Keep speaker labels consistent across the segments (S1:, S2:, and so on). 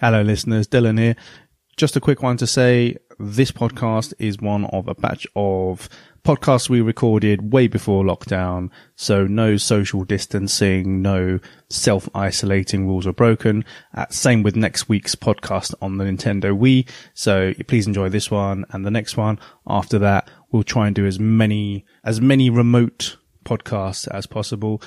S1: Hello, listeners. Dylan here. Just a quick one to say this podcast is one of a batch of podcasts we recorded way before lockdown. So, no social distancing, no self isolating rules were broken. Uh, same with next week's podcast on the Nintendo Wii. So, please enjoy this one and the next one. After that, we'll try and do as many, as many remote podcasts as possible.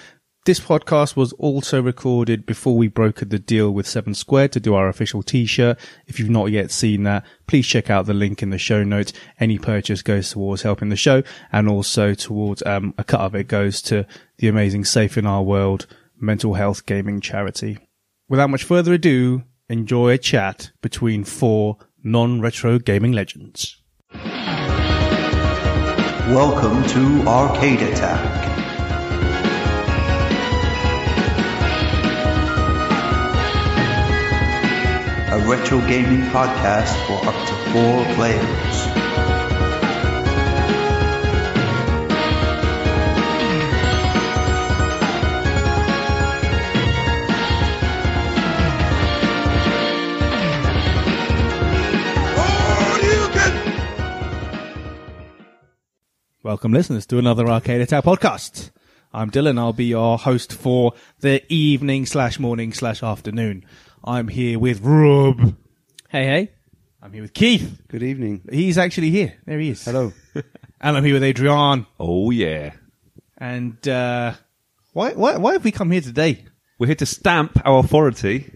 S1: This podcast was also recorded before we brokered the deal with Seven Squared to do our official t-shirt. If you've not yet seen that, please check out the link in the show notes. Any purchase goes towards helping the show and also towards, um, a cut of it goes to the amazing Safe in Our World mental health gaming charity. Without much further ado, enjoy a chat between four non-retro gaming legends.
S2: Welcome to Arcade Attack. A retro gaming podcast for up to four players.
S1: Welcome, listeners, to another Arcade Attack podcast. I'm Dylan. I'll be your host for the evening slash morning slash afternoon. I'm here with Rob.
S3: Hey, hey.
S1: I'm here with Keith.
S4: Good evening.
S1: He's actually here. There he is.
S4: Hello.
S1: And I'm here with Adrian.
S5: Oh yeah,
S1: And uh, why, why why have we come here today?
S5: we're here to stamp our authority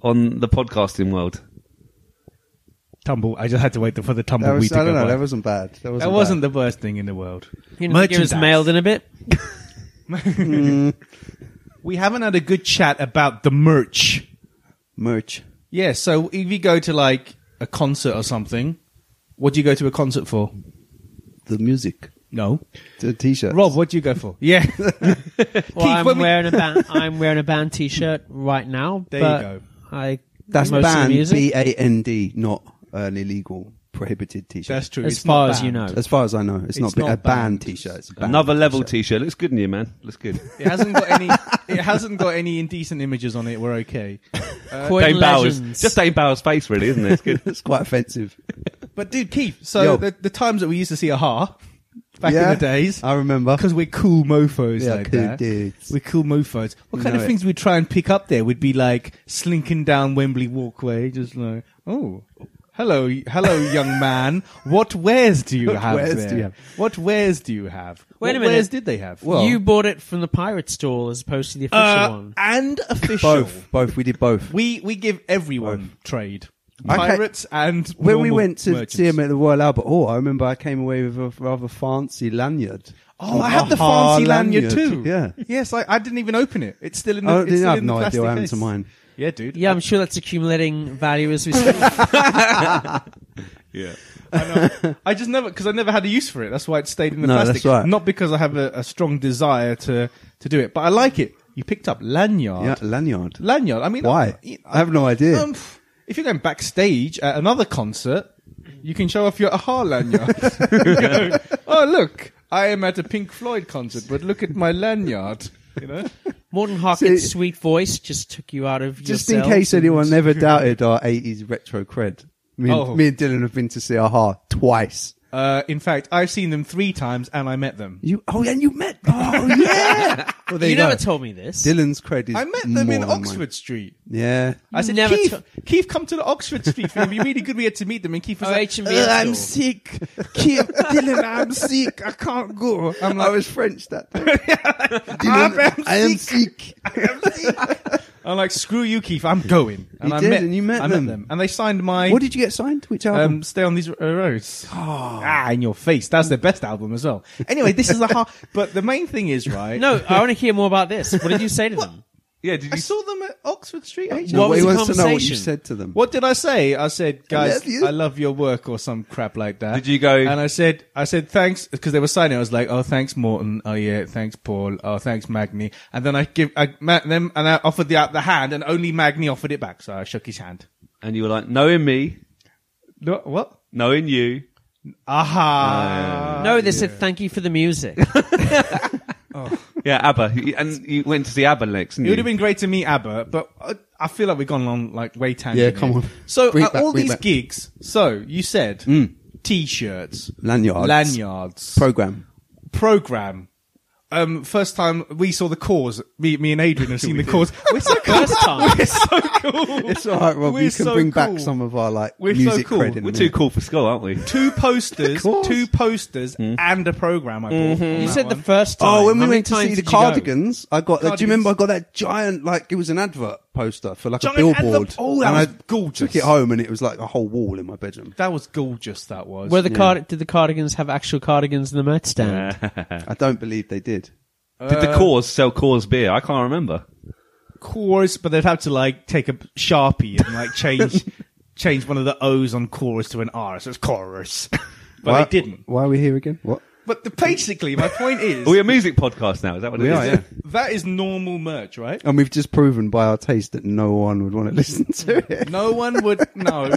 S5: on the podcasting world.
S1: Tumble. I just had to wait for the
S4: That
S1: tumbleweed
S4: was,
S1: to go
S4: I don't know.
S1: by.
S4: That wasn't bad. That wasn't,
S1: That wasn't the worst thing in the world.
S3: You gonna think it was
S1: Merchandise.
S3: mailed in a bit?
S1: We haven't had a good chat about the merch.
S4: bad. merch.
S1: Yeah, so if you go to like a concert or something, what do you go to a concert for?
S4: The music.
S1: No.
S4: The t-shirt.
S1: Rob, what do you go for? Yeah.
S3: Well, I'm
S1: when we-
S3: wearing a band. I'm wearing a band T-shirt right now.
S1: There you
S3: but
S1: go.
S3: I
S4: That's
S3: most Of
S4: banned.
S3: the music,
S4: B A N D, not an illegal prohibited t-shirt.
S1: That's true.
S3: as
S1: It's
S3: far
S1: not
S3: as you know.
S1: banned.
S4: as far as I know, it's, not, bi-
S1: not
S4: a
S1: banned.
S4: banned t-shirt. It's a banned
S5: Another level
S4: t-shirt.
S5: T-shirt looks good in you, man. Looks good.
S1: It hasn't got any. It hasn't got any indecent images on it. We're okay.
S4: Uh,
S3: Croydon
S5: Dane uh, Bowers,
S3: Legends.
S5: just Dane Bowers' face, really, isn't it? It's good.
S4: It's quite offensive.
S1: But dude, Keith. So
S4: Yo.
S1: the, the times that we used to see a ha back in the days,
S4: I remember.
S1: because we're cool mofo's
S4: Yeah,
S1: like
S4: cool
S1: that.
S4: dudes.
S1: We're cool mofo's. What kind
S4: Know
S1: of
S4: it.
S1: things we try and pick up there would be like slinking down Wembley walkway, just like oh. Hello, hello, young man. What wares do you
S4: What
S1: have
S4: wares
S1: there?
S4: do you have?
S1: What wares do you have?
S3: Wait
S1: what
S3: a minute.
S1: wares did they have?
S3: you bought it from the pirate stall as opposed to the official
S1: uh,
S3: one.
S1: and official.
S4: Both. Both. We did both.
S1: We we give everyone trade.
S4: Okay.
S1: Pirates and
S4: when we
S1: normal
S4: went to
S1: merchants.
S4: see him at the Royal Albert Hall, I remember I came away with a rather fancy lanyard.
S1: Oh, I had the
S4: Aha
S1: fancy lanyard too.
S4: Yeah.
S1: Yes, I, I didn't even open it. It's still in the.
S4: I,
S1: it's
S4: didn't,
S1: still
S4: I have
S1: in the
S4: no idea
S1: plastic
S4: what happened
S1: case.
S4: to mine.
S1: Yeah, dude.
S3: Yeah, I'm sure that's accumulating value as we speak.
S5: yeah.
S1: I just never because I never had a use for it. That's why it stayed in the
S4: No,
S1: plastic.
S4: that's right.
S1: Not because I have a, a strong desire to to do it, but I like it. You picked up lanyard.
S4: Yeah, lanyard.
S1: Lanyard. I mean,
S4: Why?
S1: I,
S4: I have no idea.
S1: um, pff, if you're going backstage at another concert, you can show off your aha lanyard. You know, oh look, I am at a Pink Floyd concert, but look at my lanyard. You know.
S3: Morton Hockett's
S4: See-
S3: sweet voice just took you out of
S4: Just in
S3: yourselves
S4: case
S3: and-
S4: anyone ever doubted our 80s retro cred, me and,
S1: Oh.
S4: me and Dylan have been to see Aha twice.
S1: Uh, in fact, I've seen them three times and I met them.
S4: You oh and you met oh yeah. well, there
S3: You
S4: you go.
S3: never told me this.
S4: Dylan's cred is
S1: I met them
S4: more
S1: in
S4: than mine.
S1: Oxford Street.
S4: Yeah,
S1: I said,
S3: Never
S1: Keith,
S3: to-
S1: Keith, come to the Oxford Street. It'd be really good we had to meet them. And Keith was
S3: Oh,
S1: like,
S3: H&B
S1: "Ugh, I'm
S3: store."
S1: sick. Keith, Dylan, I'm sick. I can't go. I'm
S4: I
S1: like,
S4: was French that day. Dylan,
S1: I'm
S4: I am sick.
S1: I'm like, screw you, Keith. I'm going. And
S4: You
S1: I
S4: did,
S1: met,
S4: and you met
S1: I
S4: them.
S1: met them. And they signed my
S4: What did you get signed? Which album?
S1: um, Stay on These uh, Roads. Ah, in your face. That's their best album as well. Anyway, this is a hard... But the main thing is, right?
S3: No, I want to hear more about this. What did you say to them?
S5: Yeah. Did
S1: I
S5: you?
S1: saw them at Oxford Street. H&M.
S3: what
S4: he
S3: was the
S4: wants to know what you
S3: conversation?
S4: said to them.
S1: What did I say? I said, guys, I love,
S4: love you."
S1: your work or some crap like that.
S5: Did you go-
S1: And I said, I said thanks because they were signing. I was like, oh, thanks Morton. Oh yeah, thanks Paul. Oh, thanks Magni. And then I give I met them and I offered the the hand, and only Magni offered it back. So I shook his hand.
S5: And you were like, knowing me,
S1: No, what?
S5: knowing you.
S1: Aha!
S4: Ah,
S3: no, they said thank you for the music.
S5: Yeah, ABBA. You- And you went to see ABBA next,
S1: It
S5: didn't you?
S1: would have been great to meet Abba, but I, I feel like we've gone on like way tangent.
S4: Yeah, come
S1: here.
S4: on.
S1: So
S4: Bring
S1: uh,
S4: it back,
S1: all
S4: bring
S1: these
S4: it back. Mm.
S1: gigs. So you said t-shirts,
S4: Lanyards.
S1: lanyards,
S4: Program.
S1: program. Um, first time we saw the cause. Me, me and Adrian have seen the cause. We're so cool.
S3: First time.
S1: We're so cool.
S4: It's all right, Rob.
S1: We're
S4: you can
S1: so
S4: bring back
S1: cool.
S4: some of our like
S1: We're so
S4: music
S1: cool.
S4: credit. in a
S5: We're too
S4: minute.
S5: cool for school, aren't we?
S1: Two posters,
S4: course.
S1: two posters, and a program. I bought. on
S3: Mm-hmm. You
S1: that
S3: said the
S1: one.
S3: first time.
S4: Oh, when we
S3: How many
S4: went to
S3: times
S4: see the
S3: did you go?
S4: cardigans, I got. That, do you
S1: Cardigans.
S4: remember? I got that giant, like it was an advert poster for like
S1: Giant
S4: a billboard.
S1: advert- oh, that
S4: and
S1: was
S4: I
S1: gorgeous.
S4: Took it home, and it was like a whole wall in my bedroom.
S1: That was gorgeous. That was.
S3: Were the card- did the cardigans have actual cardigans in the merch stand?
S4: I don't believe they did.
S5: Did the Cause sell Cause beer? I can't remember.
S1: chorus, but they'd have to like take a sharpie and like change change one of the O's on chorus to an R, so it's chorus. But
S4: why,
S1: they didn't.
S4: Why are we here again? What?
S1: But the, basically, my point is
S5: Are we a music podcast now? Is that what it is?
S4: We are, yeah.
S1: that is normal merch, right?
S4: And we've just proven by our taste that no one would want to listen to it.
S1: No one would know.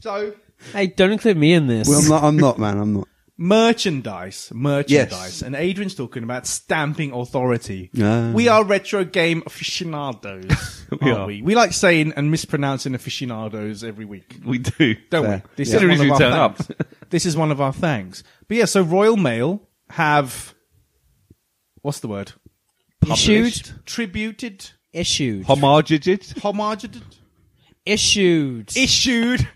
S1: So
S3: hey, don't include me in this.
S4: Well, I'm not. I'm not, man. I'm not.
S1: merchandise, merchandise, and Adrian's talking about stamping authority.
S4: Ah.
S1: We are retro game aficionados,
S5: We
S1: aren't
S5: are.
S1: we? We like saying and mispronouncing aficionados every week.
S5: We do.
S1: don't
S4: Fair.
S1: we? This
S5: Yeah.
S1: is
S5: Considering
S1: one of
S5: you
S1: our
S5: turn
S1: thangs. this is one of our thangs. But yeah, so Royal Mail have what's the word?
S3: Issued.
S1: Tributed,
S3: Issued.
S5: Homageed?
S1: homaged,
S3: Issued.
S1: issued.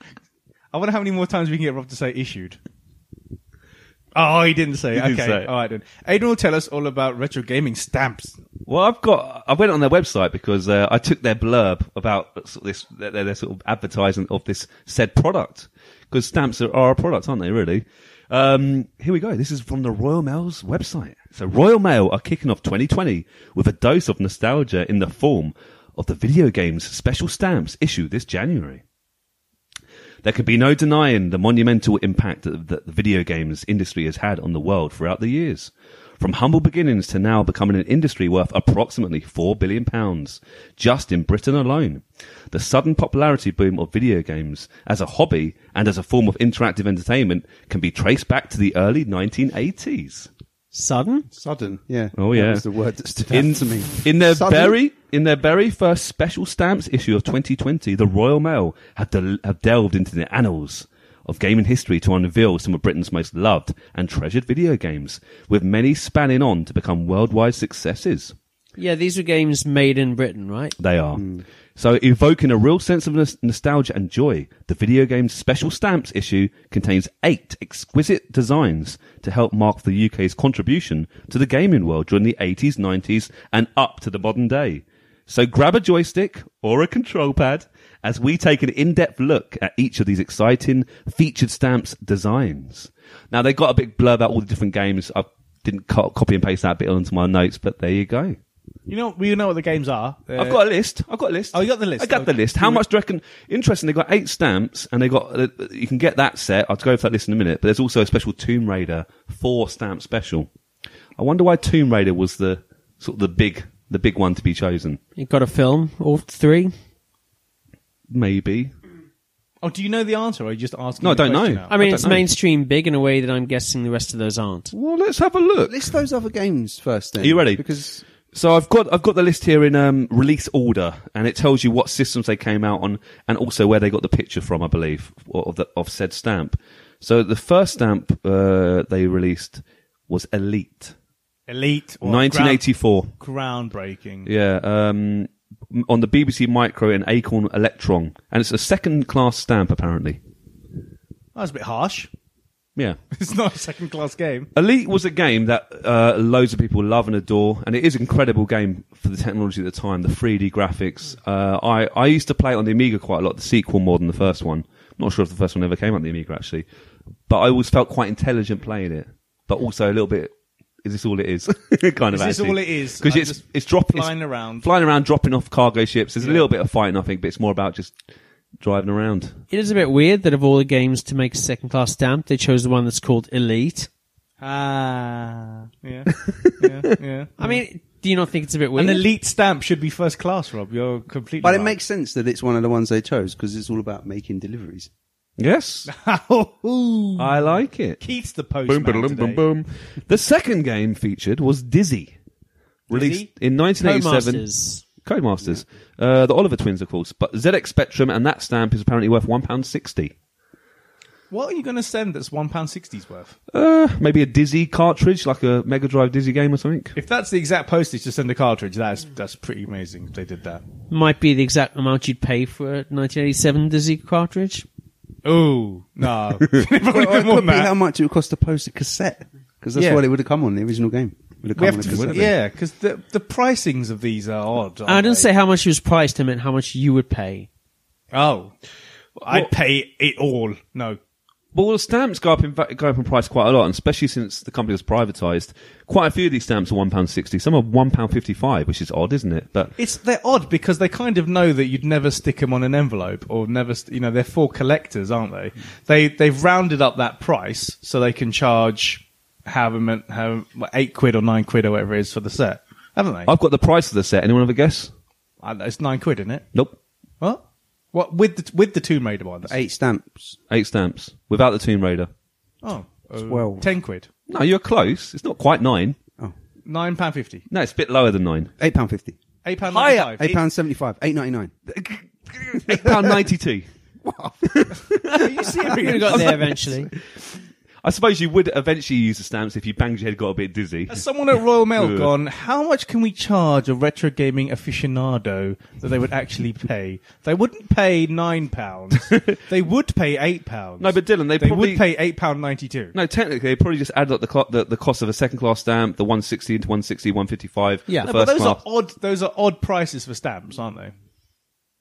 S1: I wonder how many more times we can get Rob to say issued. Oh, he didn't say. it.
S5: He didn't
S1: okay,
S5: say it.
S1: all right then. Aidan will tell us all about retro gaming stamps.
S5: Well, I've got. I went on their website because uh, I took their blurb about sort of this their, their sort of advertisement of this said product because stamps are, are a product, aren't they? Really. Um, here we go. This is from the Royal Mail's website. So Royal Mail are kicking off 2020 with a dose of nostalgia in the form of the video games special stamps issue this January. There could be no denying the monumental impact that that the video games industry has had on the world throughout the years. From humble beginnings to now becoming an industry worth approximately £4 billion, just in Britain alone. The sudden popularity boom of video games as a hobby and as a form of interactive entertainment can be traced back to the early 1980s.
S3: Sudden?
S4: Sudden. Yeah.
S5: Oh, yeah.
S4: That was the word that stood
S5: In,
S4: out to me.
S5: in their
S4: Sudden?
S5: very in their very first special stamps issue of 2020, the Royal Mail have, del- have delved into the annals of gaming history to unveil some of Britain's most loved and treasured video games, with many spanning on to become worldwide successes.
S3: Yeah, these were games made in Britain, right?
S5: They are. So, evoking a real sense of nos- nostalgia and joy, the video game's special stamps issue contains eight exquisite designs to help mark the UK's contribution to the gaming world during the 80s, 90s, and up to the modern day. So, grab a joystick or a control pad as we take an in depth look at each of these exciting featured stamps designs. Now, they got a big blurb about all the different games. I didn't co- copy and paste that bit onto my notes, but there you go.
S1: You know, we know what the games are. Uh,
S5: I've got a list. I've got a list.
S1: Oh, you got the list.
S5: I got the
S1: Okay.
S5: list. How much do you reckon? Interesting. They got eight stamps, and they got. Uh, you can get that set. I'll go over that list in a minute. But there's also a special Tomb Raider four stamp special. I wonder why Tomb Raider was the sort of the big the big one to be chosen.
S3: You got a film, all three?
S5: Maybe.
S1: Oh, do you know the answer? Or are you just asking?
S5: No, I
S1: the
S5: don't
S1: question
S5: know.
S1: out?
S3: I
S5: I
S3: mean,
S5: don't
S3: it's
S5: know.
S3: mainstream big in a way that I'm guessing the rest of those aren't.
S5: Well, let's have a look.
S4: List those other games first. Then.
S5: Are you ready?
S4: Because
S5: so I've got I've got the list here in um, release order, and it tells you what systems they came out on, and also where they got the picture from, I believe, or- of the of said stamp. So the first stamp uh, they released was Elite,
S1: Elite, or
S5: 1984.
S1: ground- groundbreaking.
S5: Yeah, um, m- on the BBC Micro and Acorn Electron, and it's a second class stamp apparently.
S1: That was a bit harsh.
S5: Yeah.
S1: It's not a second class game.
S5: Elite was a game that uh, loads of people love and adore, and it is an incredible game for the technology at the time, the 3D graphics. Uh, I, I used to play it on the Amiga quite a lot, the sequel more than the first one. Not sure if the first one ever came out on the Amiga, actually. But I always felt quite intelligent playing it, but also a little bit, is this all it is? kind of
S1: Is this all it is?
S5: Because
S1: I'm
S5: it's,
S1: just
S5: it's dropping...
S1: flying around.
S5: Flying around, dropping off cargo ships. There's a little bit of fighting, I think, but it's more about just driving around.
S3: It is a bit weird that of all the games to make a second class stamp, they chose the one that's called Elite.
S1: Ah, yeah, yeah, yeah.
S3: I mean, do you not think it's a bit weird?
S1: An elite stamp should be first class, Rob. You're completely.
S4: but it
S1: right.
S4: makes sense that it's one of the ones they chose because it's all about making deliveries.
S5: Yes,
S1: Ooh.
S5: I like it.
S1: Keith's the postman.
S5: boom. The second game featured was Dizzy, Released in
S3: Co-masters.
S5: 1987. Codemasters. Uh, the Oliver twins, of course. But ZX Spectrum and that stamp is apparently worth £1.60.
S1: What are you going to send that's £1.60's worth?
S5: Uh, maybe a Dizzy cartridge, like a Mega Drive Dizzy game or something.
S1: If that's the exact postage to send a cartridge, that's that's pretty amazing if they did that.
S3: Might be the exact amount you'd pay for a 1987 Dizzy cartridge.
S1: Oh, no. Probably
S4: Well, it
S1: more
S4: could
S1: than
S4: be
S1: that.
S4: how much it would cost to post a cassette because that's
S1: Yeah.
S4: what it would have come on the original game. Would have
S1: We
S4: come
S1: have
S4: on a
S1: to,
S4: cassette.
S1: yeah, because the, the pricings of these are odd.
S3: I
S1: aren't
S3: didn't
S1: they?
S3: say how much it was priced. I meant how much you would pay.
S1: Oh, I'd pay it all. No.
S5: Well, the stamps go up in va- go up in price quite a lot, and especially since the company was privatised. Quite a few of these stamps are one pound sixty. Some are one pound fifty five, which is odd, isn't it? But
S1: It's they're odd because they kind of know that you'd never stick them on an envelope or never, st- you know, they're for collectors, aren't they? They they've rounded up that price so they can charge however mon- how what, eight quid or nine quid or whatever it is for the set, haven't they?
S5: I've got the price of the set. Anyone have a guess?
S1: I don't know, it's nine quid, isn't it?
S5: Nope.
S1: What? What with the with the Tomb Raider ones?
S4: Eight stamps.
S5: Eight stamps without the Tomb Raider.
S1: Oh, uh,
S4: twelve.
S1: ten quid,
S5: No, you're close. It's not quite nine.
S1: nine pound fifty,
S5: No, it's a bit lower than nine.
S4: Oh, Eight pound fifty.
S1: eight pound
S5: Higher.
S1: ninety-five.
S4: Eight pound seventy five. Eight ninety nine.
S5: Eight pound ninety two.
S1: Are you serious?
S3: We got there eventually.
S5: I suppose you would eventually use the stamps if you banged your head, got a bit dizzy.
S1: Has someone at Royal Mail
S5: Ugh.
S1: gone, how much can we charge a retro gaming aficionado that they would actually pay? They wouldn't pay nine pounds. they would pay eight pounds.
S5: No, but Dylan, they
S1: they
S5: probably-
S1: would pay eight pound ninety-two.
S5: No, technically, they probably just added up the, clo the the cost of a second class stamp, the 160 into 160, 155. the
S3: Yeah.
S1: No,
S5: first
S1: but those
S5: class.
S1: are odd. Those are odd prices for stamps, aren't they?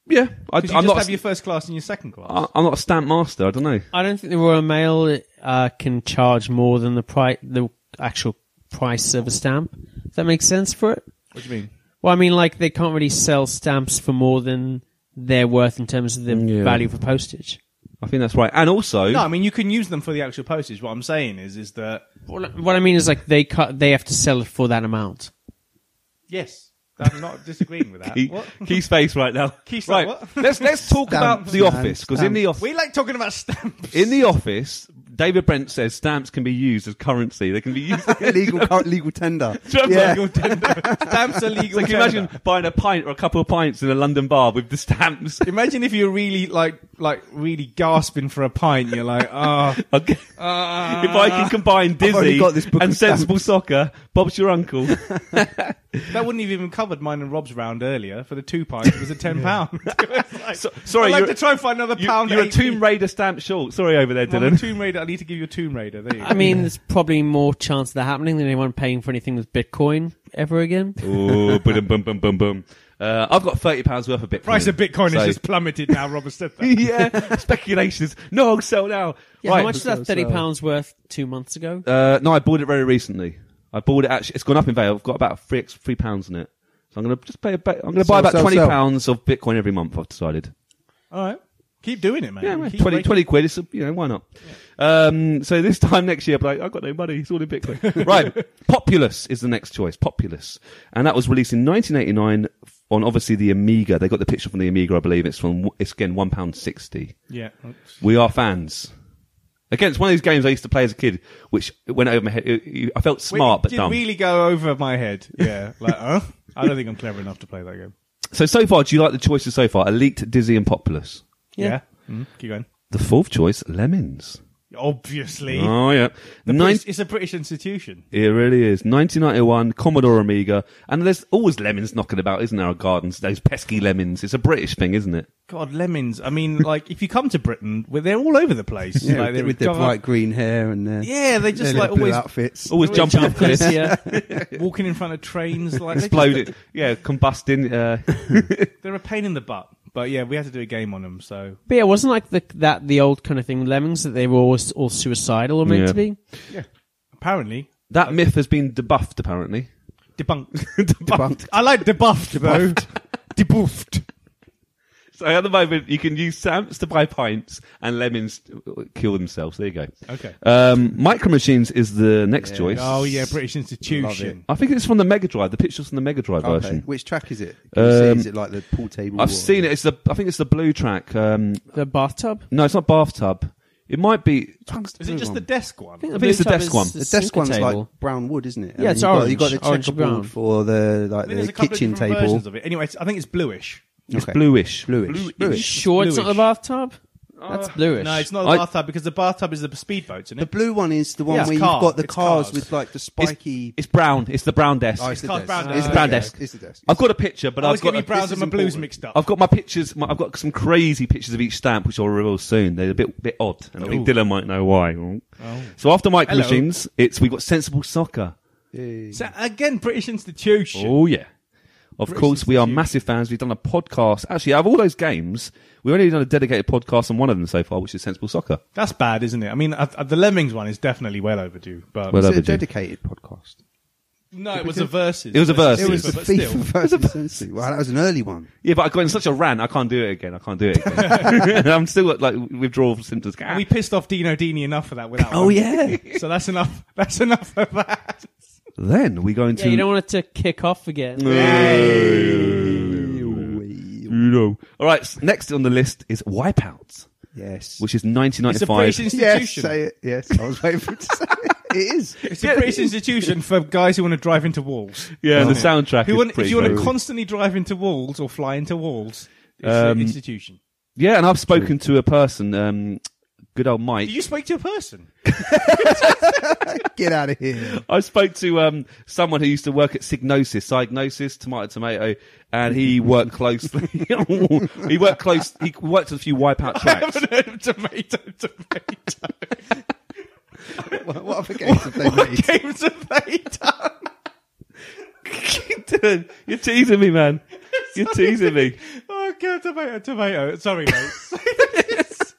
S5: yeah. I,
S1: Because you
S5: I'm
S1: just
S5: not. Uh,
S1: have your first class and your second class.
S5: I- I'm not a stamp master. I don't know.
S3: I don't think the Royal Mail uh, can charge more than the pri- the actual price of a stamp. Does that make sense for it?
S1: what do you mean?
S3: Well, I mean, like they can't really sell stamps for more than they're worth in terms of the
S5: Yeah.
S3: value for postage.
S5: I think that's right. And also,
S1: No, I mean you can use them for the actual postage. What I'm saying is, is that
S3: What what I mean is, like they cut, they have to sell it for that amount.
S1: yes, I'm not disagreeing with that.
S5: Key,
S1: What?
S5: Keith's face right now.
S1: Keith's
S5: right.
S1: like, what?
S5: let's let's talk about the
S4: man,
S5: office because in the office,
S1: We like talking about stamps.
S5: in the office, David Brent says stamps can be used as currency. They can be used.
S4: legal cur- legal tender.
S5: Yeah.
S4: yeah.
S5: Legal tender.
S1: stamps are legal.
S5: So can
S1: tender.
S5: you imagine buying a pint or a couple of pints in a London bar with the stamps?
S1: Imagine if you're really like like really gasping for a pint. You're like, ah,
S5: Okay. if I can combine
S4: Ah. only
S5: Dizzy
S4: got this book
S5: and
S4: of stamps.
S5: sensible soccer, Bob's your uncle.
S1: that wouldn't have even covered mine and Rob's round earlier for the two pints. It was a ten pound.
S5: So- sorry,
S1: I'd like
S5: you're-
S1: to try and find another
S5: you,
S1: pound.
S5: you're a
S1: 80.
S5: Tomb Raider stamp short. Sorry over there,
S1: I'm a
S5: Dylan.
S1: Tomb Raider. I need to give you a Tomb Raider. There you go.
S3: I mean, there's probably more chance of that happening than anyone paying for anything with Bitcoin ever again.
S5: Ooh, boom, boom, boom, boom, boom. Uh, I've got thirty pounds worth of Bitcoin.
S1: price of Bitcoin
S5: So-
S1: has just plummeted now. Robert said that.
S5: yeah, speculations. No, I'll sell now.
S3: Yeah,
S5: right.
S3: how much is that thirty pounds worth two months ago?
S5: Uh, no, I bought it very recently. I bought it actually. It's gone up in value. I've got about three ex- three pounds in it. So I'm gonna just pay. A ba- I'm gonna buy
S4: Sell,
S5: about
S4: sell,
S5: twenty
S4: sell.
S5: pounds of Bitcoin every month. I've decided.
S1: All right, keep doing it, man.
S5: Yeah, right,
S1: Keep
S5: 20,
S1: breaking-
S5: 20 quid. It's a, you know why not? Um, so this time next year, I'll be like, I've got no money. It's all in Bitcoin. right, Populous is the next choice. Populous, and that was released in 1989 on obviously the Amiga. They got the picture from the Amiga, I believe. It's from it's again one pound sixty.
S1: Yeah.
S5: We are fans. Again, it's one of these games I used to play as a kid, which it went over my head. It- it- I felt smart but
S1: did
S5: dumb.
S1: really go over my head. Yeah, like, huh? I don't think I'm clever enough to play that game.
S5: So so far, do you like the choices so far? Elite, Dizzy, and Populous.
S1: Yeah. Mhm. Keep going.
S5: The fourth choice, Lemons.
S1: Obviously,
S5: Oh yeah,
S1: The
S5: Nine-
S1: British- it's a British institution.
S5: It really is. 1991, Commodore Amiga, and there's always lemons knocking about, isn't there? Our gardens, those pesky lemons. It's a British thing, isn't it?
S1: God, lemons. I mean, like if you come to Britain, well, they're all over the place.
S4: Yeah,
S1: like,
S4: with,
S1: they're
S4: with their
S1: gone-
S4: bright green hair and their,
S1: Yeah, they just
S4: their
S1: like
S4: little blue
S1: always Oh,
S4: outfits.
S5: Always jumping off cliffs,
S3: yeah.
S1: walking in front of trains. Like they
S5: exploding, yeah, combusting. Uh,
S1: Just, they're a pain in the butt. But yeah, we had to do a game on them. So
S3: But yeah, it wasn't like the, that the old kind of thing with lemmings that they were always all suicidal or meant
S5: Yeah.
S3: to be.
S1: apparently
S5: that myth has been debuffed, apparently.
S1: debunked.
S5: debunked.
S1: I like debuffed though. Debuffed.
S5: So at the moment, you can use stamps to buy pints and lemons to uh, kill themselves. There you go.
S1: Okay.
S5: Um, Micro Machines is the next choice.
S1: Oh yeah, British institution.
S5: I think it's from the Mega Drive. The picture's from the Mega Drive
S4: Okay.
S5: version.
S4: Which track is it? Can you see?
S5: Um,
S4: is it like the pool table?
S5: I've seen it. It's the. I think it's the blue track. Um,
S3: The bathtub.
S5: No, it's not bathtub. It might be.
S1: Is it just the desk one?
S5: I think it's the desk one.
S4: The desk one's like brown wood, isn't it?
S3: Yeah, it's
S4: you've got- You've got
S3: orange,
S4: the
S3: orange
S4: checkerboard
S3: brown.
S4: for the like
S1: I mean, there's
S4: the
S1: a couple
S4: kitchen
S1: of different
S4: table.
S1: versions of it. Anyway, it's- I think it's bluish.
S5: It's
S4: Okay.
S5: bluish.
S4: Bluish.
S3: You
S4: Bluish.
S3: sure it's not the
S1: Bluish.
S3: bathtub? That's bluish.
S1: No, it's not
S5: I-
S1: the bathtub because the bathtub is the speedboats, isn't
S4: The
S1: it?
S4: blue one is the one
S1: Yeah.
S4: where
S1: It's
S4: you've
S1: car.
S4: got the
S1: It's
S4: cars,
S1: cars.
S4: with like the
S5: It's,
S4: spiky.
S5: it's brown. It's the brown desk.
S4: oh, it's the
S1: called
S4: desk.
S1: brown
S4: It's
S1: desk.
S4: brown
S5: Okay.
S4: desk. It's the desk.
S5: I've got a picture, but
S1: I
S5: I've
S1: was
S5: got
S1: getting me
S5: a-
S1: browns and
S5: this
S1: my
S5: is
S1: blues
S5: important.
S1: mixed up.
S5: I've got my pictures. My, I've got some crazy pictures of each stamp, which I'll reveal soon. They're a bit bit odd, and I think Dylan might know why. So after Mike
S1: Oh. Hello.
S5: machines, it's we have got sensible soccer.
S1: So, again, British institution.
S5: Oh yeah. Of course, we are massive fans. We've done a podcast. Actually, out of all those games, we've only done a dedicated podcast on one of them so far, which is Sensible Soccer.
S1: That's bad, isn't it? I mean, uh, uh, the Lemmings one is definitely well overdue. But
S5: Well
S4: It's a
S5: overdue.
S4: dedicated podcast.
S1: no, it was a versus.
S5: It was a versus.
S4: It was the
S1: but still.
S4: FIFA versus Sensi. Wow, that was an early one.
S5: Yeah, but I got in such a rant, I can't do it again. I can't do it again. I'm still got like withdrawal symptoms.
S1: And we pissed off Dino Dini enough for that without.
S5: Oh, yeah.
S1: so that's enough. That's enough of that.
S5: then we go into
S3: Yeah, you don't want it to kick off again.
S5: You know. All right. s- Next on the list is Wipeout,
S4: Yes.
S5: which is
S1: It's a British
S5: 1995.
S4: yes,
S1: institution.
S4: say it. Yes, I was waiting for it to say it. It is.
S1: It's a British institution for guys who want to drive into walls.
S5: Yeah, and the
S1: Isn't it?
S5: soundtrack
S1: Who
S5: is
S1: want, if
S5: pretty
S1: you want to
S5: good.
S1: constantly drive into walls or fly into walls, it's
S5: Um,
S1: an institution.
S5: Yeah, and I've spoken to a person, um, good old Mike.
S1: Did you speak to a person?
S4: Get out of here.
S5: I spoke to um, someone who used to work at Signosis, Psygnosis, Tomato Tomato, and he worked closely. he worked close. He worked on a few Wipeout tracks.
S1: tomato, tomato.
S4: What, what other games have they made?
S1: Games have they done?
S5: Dylan, you're teasing me, man. You're teasing me.
S1: Oh, God, tomato, tomato. Sorry, mate.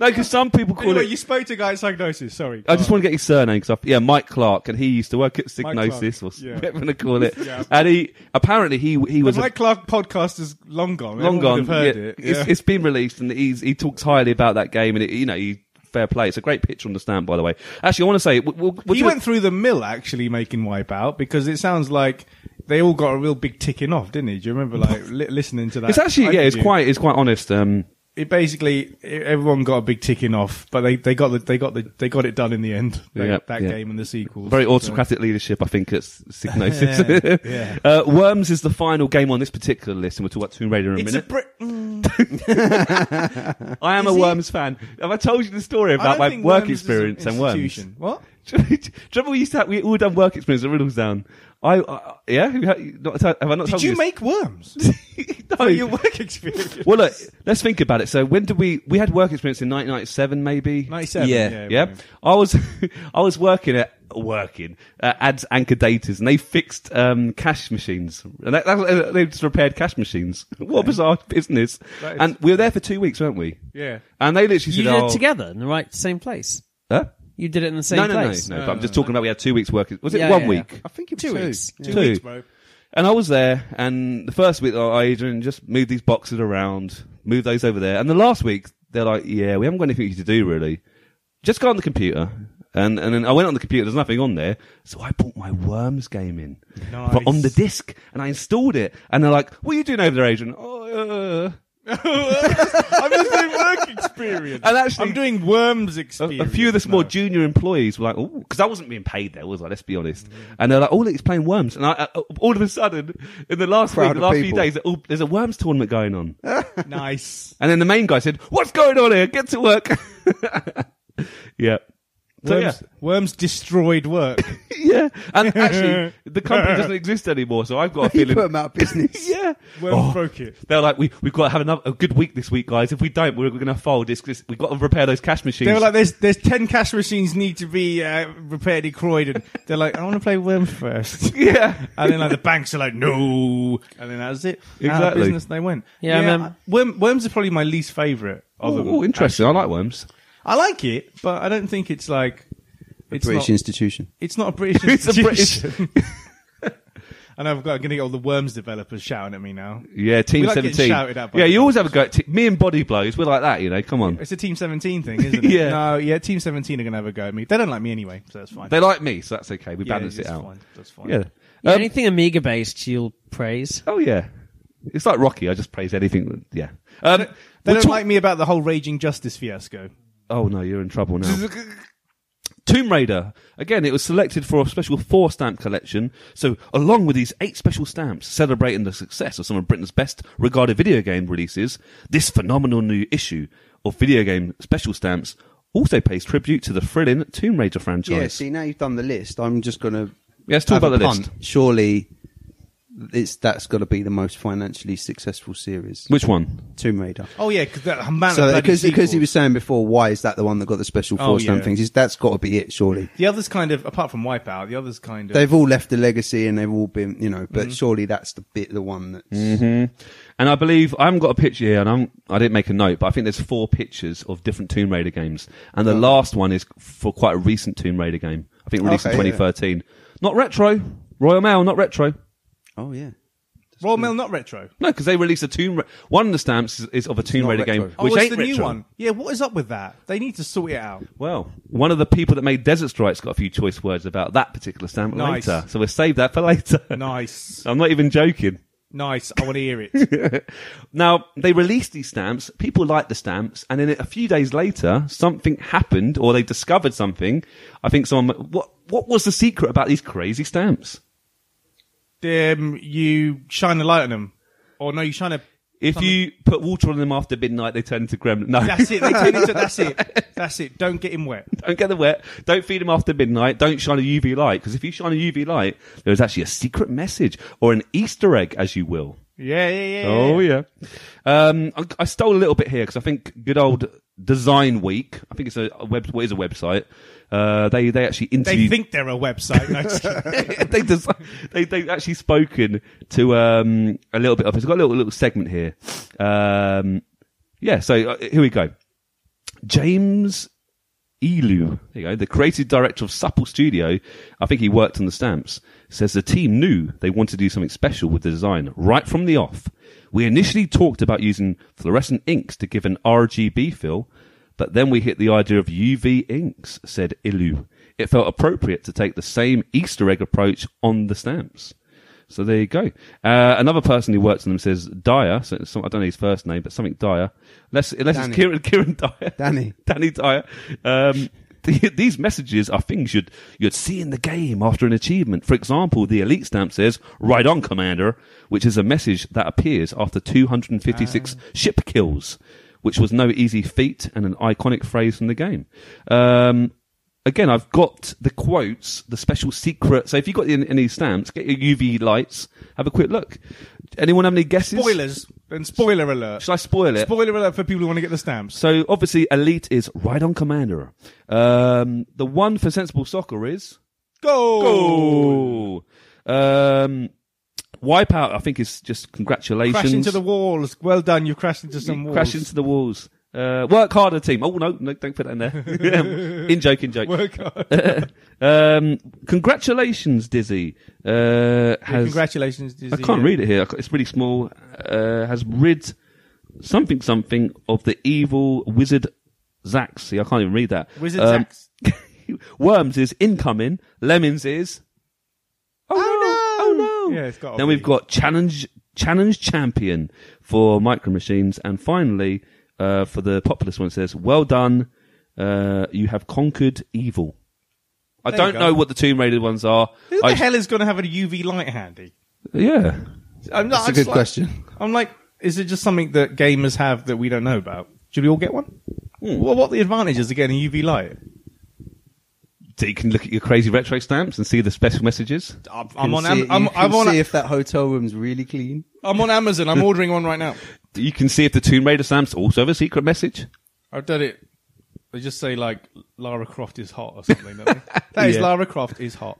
S5: No, because some people call
S1: anyway,
S5: it.
S1: you spoke to a guy at Psygnosis. Sorry.
S5: I just want to get his surname because yeah, Mike Clark, and he used to work at Signosis or
S1: Clark, yeah.
S5: whatever to call it.
S1: Yeah.
S5: And he apparently he he was
S1: The
S5: a-
S1: Mike Clark podcast is long gone.
S5: long
S1: Everyone
S5: gone.
S1: would have heard
S5: yeah,
S1: it.
S5: It's, it's been released, and he's, he talks highly about that game, and it, you know, he, fair play. It's a great picture on the stand, by the way. Actually, I want to say we we'll, we'll
S1: he
S5: do
S1: went
S5: it-
S1: through the mill actually making Wipeout because it sounds like they all got a real big ticking off, didn't he? Do you remember like li- listening to that?
S5: It's actually yeah, it's
S1: overview?
S5: quite it's quite honest. Um,
S1: It basically e- everyone got a big ticking off, but they, they got the they got the they got it done in the end. That,
S5: Yeah,
S1: that
S5: yeah.
S1: game and the sequel.
S5: very autocratic leadership, I think, at Signosis.
S1: Yeah.
S5: uh, Worms is the final game on this particular list, and we'll talk about Tomb Raider in a
S1: It's a
S5: minute.
S1: Brit. mm,
S5: I am a Worms fan. Have I told you the story about my work experience and Worms?
S1: What?
S5: Do you remember we used to have, we all done work experience at Riddlesdown? I, I yeah, have, you had- not, have I not
S1: Did
S5: told
S1: you
S5: this?
S1: make worms?
S5: no,
S1: Your work experience.
S5: Well, look, let's think about it. So, when did we we had work experience in 1997, maybe?
S1: 97,
S5: Yeah,
S1: yeah,
S5: yeah.
S1: maybe.
S5: I was I was working at working at ads anchor daters, and they fixed um, cash machines. And that, that, they just repaired cash machines. What a bizarre business!
S1: That is-
S5: and we were there for two weeks, weren't we?
S1: Yeah.
S5: And they literally
S3: You
S5: said,
S3: did
S5: "Oh,
S3: it together in the right same place.
S5: huh?
S3: You did it in the same
S5: No, no, no, no,
S3: place.
S5: But I'm just talking about we had two weeks working. Was it
S3: Yeah,
S5: one
S3: yeah, yeah.
S5: week?
S4: I think it was
S3: Two
S4: two.
S3: weeks.
S4: Yeah.
S1: Two
S5: Two.
S1: weeks, bro.
S5: And I was there, and the first week, oh, I Adrian just moved these boxes around, moved those over there. And the last week, they're like, yeah, we haven't got anything to do really. Just go on the computer. And, and then I went on the computer, there's nothing on there. So I bought my Worms game in.
S1: Nice.
S5: But on the disc, and I installed it. And they're like, what are you doing over there, Adrian? Oh, uh.
S1: I'm just doing work experience.
S5: And actually-
S1: I'm doing worms
S5: A,
S1: experience.
S5: a few of the
S1: now.
S5: more junior employees were like, "Oh," because I wasn't being paid there, was I? Let's be honest. And they're like, "Oh, look, it's playing Worms." And I, I, all of a sudden, in the last
S4: Crowd
S5: week, the
S4: of
S5: last few
S4: people.
S5: days, they're all, there's a Worms tournament going on.
S1: nice.
S5: And then the main guy said, "What's going on here? Get to work." yeah. So yeah,
S1: Worms, worms destroyed work.
S5: yeah. And actually, the company doesn't exist anymore, so I've got a
S4: You put
S5: feeling.
S4: them out of business.
S5: yeah.
S1: Worms
S5: Oh.
S1: broke it.
S5: They're like, we we've got to have another a good week this week, guys. If we don't, we're, going to fold. This, this we've got to repair those cash machines.
S1: They were like, "There's there's ten cash machines need to be uh, repaired in Croydon." They're like, "I want to play Worms first.
S5: yeah.
S1: and then like the banks are like, "No," and then that's it. Out of
S5: Exactly.
S1: business they went.
S3: Yeah, I remember-
S1: I- Worm, Worms are probably my least favorite of them.
S5: Oh, interesting. I like worms.
S1: I like it, but I don't think it's like it's
S4: British
S1: not,
S4: institution.
S1: it's not a British
S5: It's a British-
S1: institution. I know I've got, I'm going to get all the Worms developers shouting at me now.
S5: Yeah, Team
S1: We like getting
S5: Seventeen.
S1: shouted at by
S5: yeah, you
S1: people.
S5: always have a go. At te- me and body blows. We're like that, you know. Come on.
S1: It's a Team 17 thing, isn't it?
S5: Yeah.
S1: No, yeah, Team 17 are going to have a go at me. They don't like me anyway, so that's fine.
S5: They like me, so that's okay. We
S1: yeah,
S5: balance it
S1: that's
S5: out.
S1: Fine. That's fine.
S5: Yeah.
S3: Yeah,
S5: Um,
S3: anything Amiga based, you'll praise.
S5: oh yeah. It's like Rocky. I just praise anything. that- Yeah. Um,
S1: They
S5: we'll
S1: don't
S5: talk-
S1: like me about the whole Raging Justice fiasco.
S5: Oh no, you're in trouble now. Tomb Raider. Again, it was selected for a special four stamp collection. So, along with these eight special stamps celebrating the success of some of Britain's best regarded video game releases, this phenomenal new issue of video game special stamps also pays tribute to the thrilling Tomb Raider franchise.
S4: Yeah, see, now you've done the list, I'm just going to.
S5: Yeah, let's talk about the list.
S4: Surely, it's that's got to be the most financially successful series.
S5: Which one?
S4: Tomb Raider.
S1: Oh yeah, because that man.
S4: So
S1: of bloody
S4: because because he
S1: sequels.
S4: was saying before, why is that the one that got the special
S1: Oh,
S4: four stamp
S1: yeah.
S4: things? Is that's got to be it, surely?
S1: the others kind of apart from Wipeout, the others kind of
S4: They've all left a legacy and they've all been, you know,
S1: Mm-hmm.
S4: but surely that's the bit, the one that's
S5: And I believe I haven't got a picture here, and I'm, I didn't make a note, but I think there's four pictures of different Tomb Raider games, and
S4: Oh.
S5: the last one is for quite a recent Tomb Raider game. I think released in
S4: Okay, yeah.
S5: 2013, not retro. Royal Mail, not retro.
S4: Oh yeah.
S1: Royal Mail, not retro.
S5: No, because they released a Tomb Ra- one of the stamps is, is of a Tomb
S4: not
S5: Raider
S4: retro.
S5: game,
S1: Oh,
S5: which
S1: it's
S5: ain't
S1: the
S5: retro.
S1: new one. Yeah, what is up with that? They need to sort it out.
S5: Well, one of the people that made Desert Strike's got a few choice words about that particular stamp
S1: Nice.
S5: later, so we'll save that for later.
S1: Nice,
S5: I'm not even joking.
S1: nice. I want to hear it.
S5: Now, they released these stamps, people liked the stamps, and then a few days later, something happened or they discovered something. I think someone, what, what was the secret about these crazy stamps?
S1: um, you shine a light on them, or no, you shine a.
S5: If you put water on them after midnight, they turn into gremlin. No,
S1: That's it. They turn into. That's it. That's it. Don't get him wet.
S5: don't get them wet. Don't feed them after midnight. Don't shine a UV light. Because if you shine a UV light, there is actually a secret message or an Easter egg, as you will.
S1: Yeah, yeah, yeah.
S5: Oh yeah. Um, I, I stole a little bit here because I think good old Design Week. I think it's a, a web. What is a website? Uh, they they actually
S1: They
S5: interviewed.
S1: think they're a website. No, just kidding.
S5: they, desi- they they've actually spoken to um a little bit of. It's got a little little segment here. Um, yeah. So uh, here we go. James Elu, there you go, the creative director of Supple Studio, I think he worked on the stamps, says the team knew they wanted to do something special with the design right from the off. We initially talked about using fluorescent inks to give an RGB feel, but then we hit the idea of UV inks, said Ilu. It felt appropriate to take the same Easter egg approach on the stamps. So there you go. Uh, another person who works on them says Dyer. So, so- I don't know his first name, but something Dyer. Unless, unless it's
S4: Danny.
S5: Kieran, Kieran Dyer.
S4: Danny.
S5: Danny Dyer. Um, th- these messages are things you'd you'd see in the game after an achievement. For example, the elite stamp says "Right on, Commander," which is a message that appears after 256 ship kills, which was no easy feat and an iconic phrase from the game. Um, again, I've got the quotes, the special secret. So if you've got any, any stamps, get your UV lights, have a quick look. Anyone have any guesses?
S1: Spoilers and spoiler alert.
S5: Shall I spoil it?
S1: Spoiler alert for people who want to get the stamps.
S5: So obviously, elite is right on commander. Um, the one for sensible soccer is
S1: Go.
S5: oh, um, wipeout. I think is just congratulations.
S1: Crash into the walls. Well done. You crashed into some walls.
S5: Crash into the walls. Uh, work harder, team. Oh no, no, don't put that in there. Um, in joke, in joke.
S1: Work hard.
S5: um, congratulations, Dizzy. Uh, has
S1: Congratulations.
S5: I can't read it here. I ca- It's really small. Uh, has rid something something of the evil wizard Zax. See, I can't even read that.
S1: Wizard
S5: Um,
S1: Zax.
S5: Worms is incoming. Lemons is. Oh, no! Oh no!
S1: Yeah, it's gotta
S5: then we've
S1: be.
S5: got challenge challenge champion for micro machines, and finally uh, for the populist one it says, "Well done, uh, you have conquered evil." I
S1: you
S5: don't
S1: go.
S5: know what the Tomb Raider ones are.
S1: Who the
S5: I-
S1: hell is going to have a UV light handy?
S5: Yeah,
S1: I'm not,
S4: That's a
S1: I'm just
S4: good
S1: like-
S4: question.
S1: I'm like, is it just something that gamers have that we don't know about? Should we all get one?
S4: Hmm.
S1: Well, what are the advantages of getting a UV light?
S5: so you can look at your crazy retro stamps and see the special messages.
S1: I'm, I'm on.
S4: Can see-
S1: Am- I'm,
S4: you can
S1: I'm on.
S4: see if that hotel room's really clean.
S1: I'm on Amazon. I'm ordering one right now.
S5: You can see if the Tomb Raider stamps also have a secret message.
S1: I've done it. They just say like Lara Croft is hot or something. don't they? That is
S5: Yeah.
S1: Lara Croft is hot.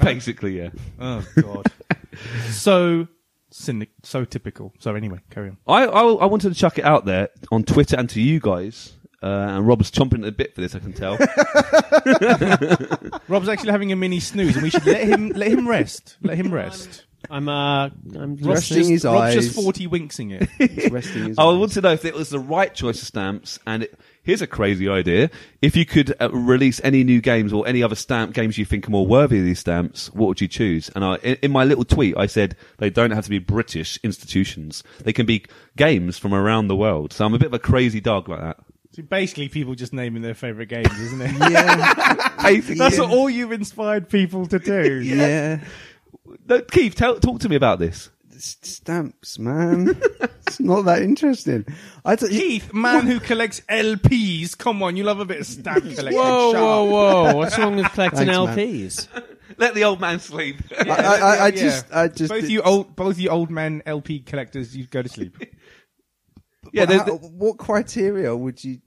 S5: Basically, yeah.
S1: Oh god. so cynic, so typical. So anyway, carry on.
S5: I, I I wanted to chuck it out there on Twitter and to you guys. Uh, and Rob's chomping at the bit for this, I can tell.
S1: Rob's actually having a mini snooze, and we should let him let him rest. Let him rest.
S3: I'm uh, I'm
S1: Rob's
S4: Resting
S1: just,
S4: his
S1: Rob's just
S4: eyes.
S1: forty winksing it.
S4: It's resting
S1: Oh,
S4: his
S5: I
S4: eyes.
S5: want to know if it was the right choice of stamps. And it, here's a crazy idea: if you could uh, release any new games or any other stamp games you think are more worthy of these stamps, what would you choose? And I, in, in my little tweet, I said they don't have to be British institutions; they can be games from around the world. So I'm a bit of a crazy dog like that.
S1: So basically, people just naming their favorite games, isn't it?
S4: Yeah,
S1: That's all you've inspired people to do.
S4: yeah.
S5: No, Keith, tell, talk to me about this.
S4: It's stamps, man. it's not that interesting. I don't-
S1: Keith, man who collects LPs. Come on, you love a bit of stamp collection.
S3: Whoa,
S1: Shut
S3: whoa,
S1: up.
S3: whoa! What's wrong with collecting
S4: Thanks, man.
S3: LPs?
S5: Let the old man sleep.
S4: I, I, I, I
S1: Yeah.
S4: just, I just.
S1: both you old, both you old men LP collectors, you go to sleep.
S5: yeah,
S4: But
S5: there's,
S4: how- what criteria would you?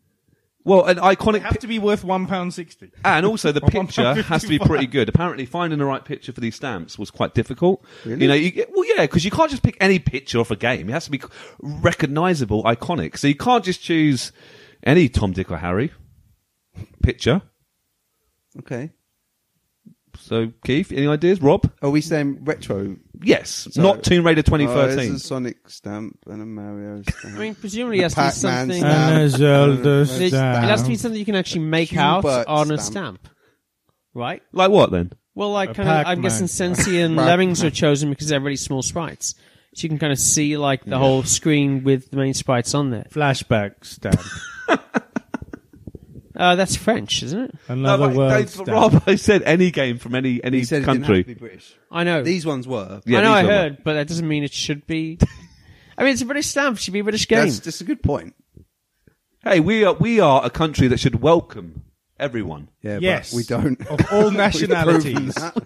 S5: well, an
S1: It
S5: iconic
S1: have to be worth one pound sixty.
S5: And also, the
S1: Or one
S5: picture
S1: pound
S5: has to be pretty good. Apparently, finding the right picture for these stamps was quite difficult.
S4: Really?
S5: You know, you, well, yeah, because you can't just pick any picture off a game. It has to be recognizable, iconic. So you can't just choose any Tom, Dick, or Harry picture.
S4: Okay.
S5: So, Keith, any ideas? Rob?
S4: Are we saying retro?
S5: Yes,
S4: So-
S5: not Tomb Raider
S4: Oh, it's
S5: 2013.
S4: Uh, a Sonic stamp and a Mario stamp.
S3: I mean, presumably it has to be
S4: Pac-Man
S3: something. Uh,
S4: stamp.
S1: And a Zelda
S3: It it has to be something you can actually make out
S4: Hubert
S3: on a
S4: stamp.
S3: stamp, right?
S5: like what then?
S3: Well, like
S1: A
S3: kind of, I'm
S1: Pac-Man.
S3: guessing Sensi and
S4: Pac-Man.
S3: Lemmings were chosen because they're really small sprites, so you can kind of see like the whole screen with the main sprites on there.
S1: Flashback stamp.
S3: Uh, that's French, isn't it?
S1: Another
S5: No, but-
S1: word.
S5: Dave,
S1: stamp.
S5: Rob, I said any game from any any
S4: he said it didn't have
S5: country.
S4: to be British.
S3: I know.
S4: These ones were.
S5: Yeah,
S3: I
S5: these
S3: know. I
S5: are-
S3: heard, but that doesn't mean it should be. I mean, it's a British stamp. It should be a British game.
S4: That's just a good point.
S5: Hey, we are we are a country that should welcome everyone.
S4: Yeah,
S1: Yes,
S4: but we don't.
S1: Of all
S4: We've proven
S1: nationalities,
S4: that.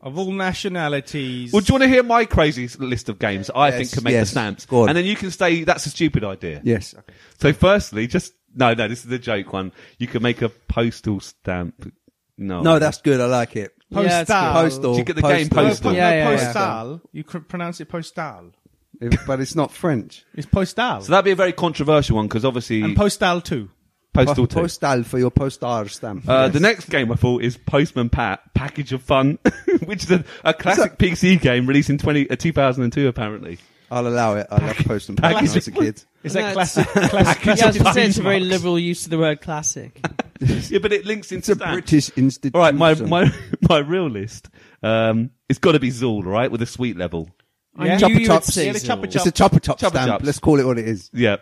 S1: of all nationalities.
S5: Well, do you want to hear my crazy s- list of games I
S4: Yes,
S5: think can make
S4: yes.
S5: the stamps?
S4: Go on.
S5: And then you can say that's a stupid idea.
S4: Yes.
S5: So, firstly, just no, no, this is a joke one. You can make a postal stamp. No,
S4: No, that's good. I like it.
S3: Yeah, it's
S1: Postal.
S3: good.
S4: Postal.
S5: Did you get the
S4: postal.
S5: game
S1: No,
S5: postal?
S1: po-
S3: Yeah,
S1: no,
S3: yeah, yeah.
S1: postal. You cr- pronounce it postal.
S4: If- But it's not French.
S1: It's postal.
S5: So that'd be a very controversial one because obviously
S1: and postal too.
S5: postal. too.
S4: Postal for your postar stamp.
S5: uh, The next game I thought is Postman Pat Package of Fun, which is a, a classic PC game released in 20, uh, 2002 apparently.
S4: I'll allow it. I love postal pack when I was a kid.
S1: Is
S3: No,
S1: that
S3: it's-
S1: classic? classic
S3: Yeah, I was gonna say it's a very
S1: Marks.
S3: liberal use of the word classic.
S5: yeah, but it links
S4: It's
S5: into
S4: a
S5: stamps.
S4: British institution.
S5: All right, my my my real list. Um, it's got to be Zool, right, with a sweet level.
S3: I
S1: Yeah.
S3: knew
S1: Chopper
S3: you would
S4: chops.
S3: say
S1: Yeah, the
S3: so.
S1: chopper
S4: It's a chopper chop
S5: Chopper
S4: stamp.
S5: chops.
S4: Let's call it what it is.
S5: Yeah,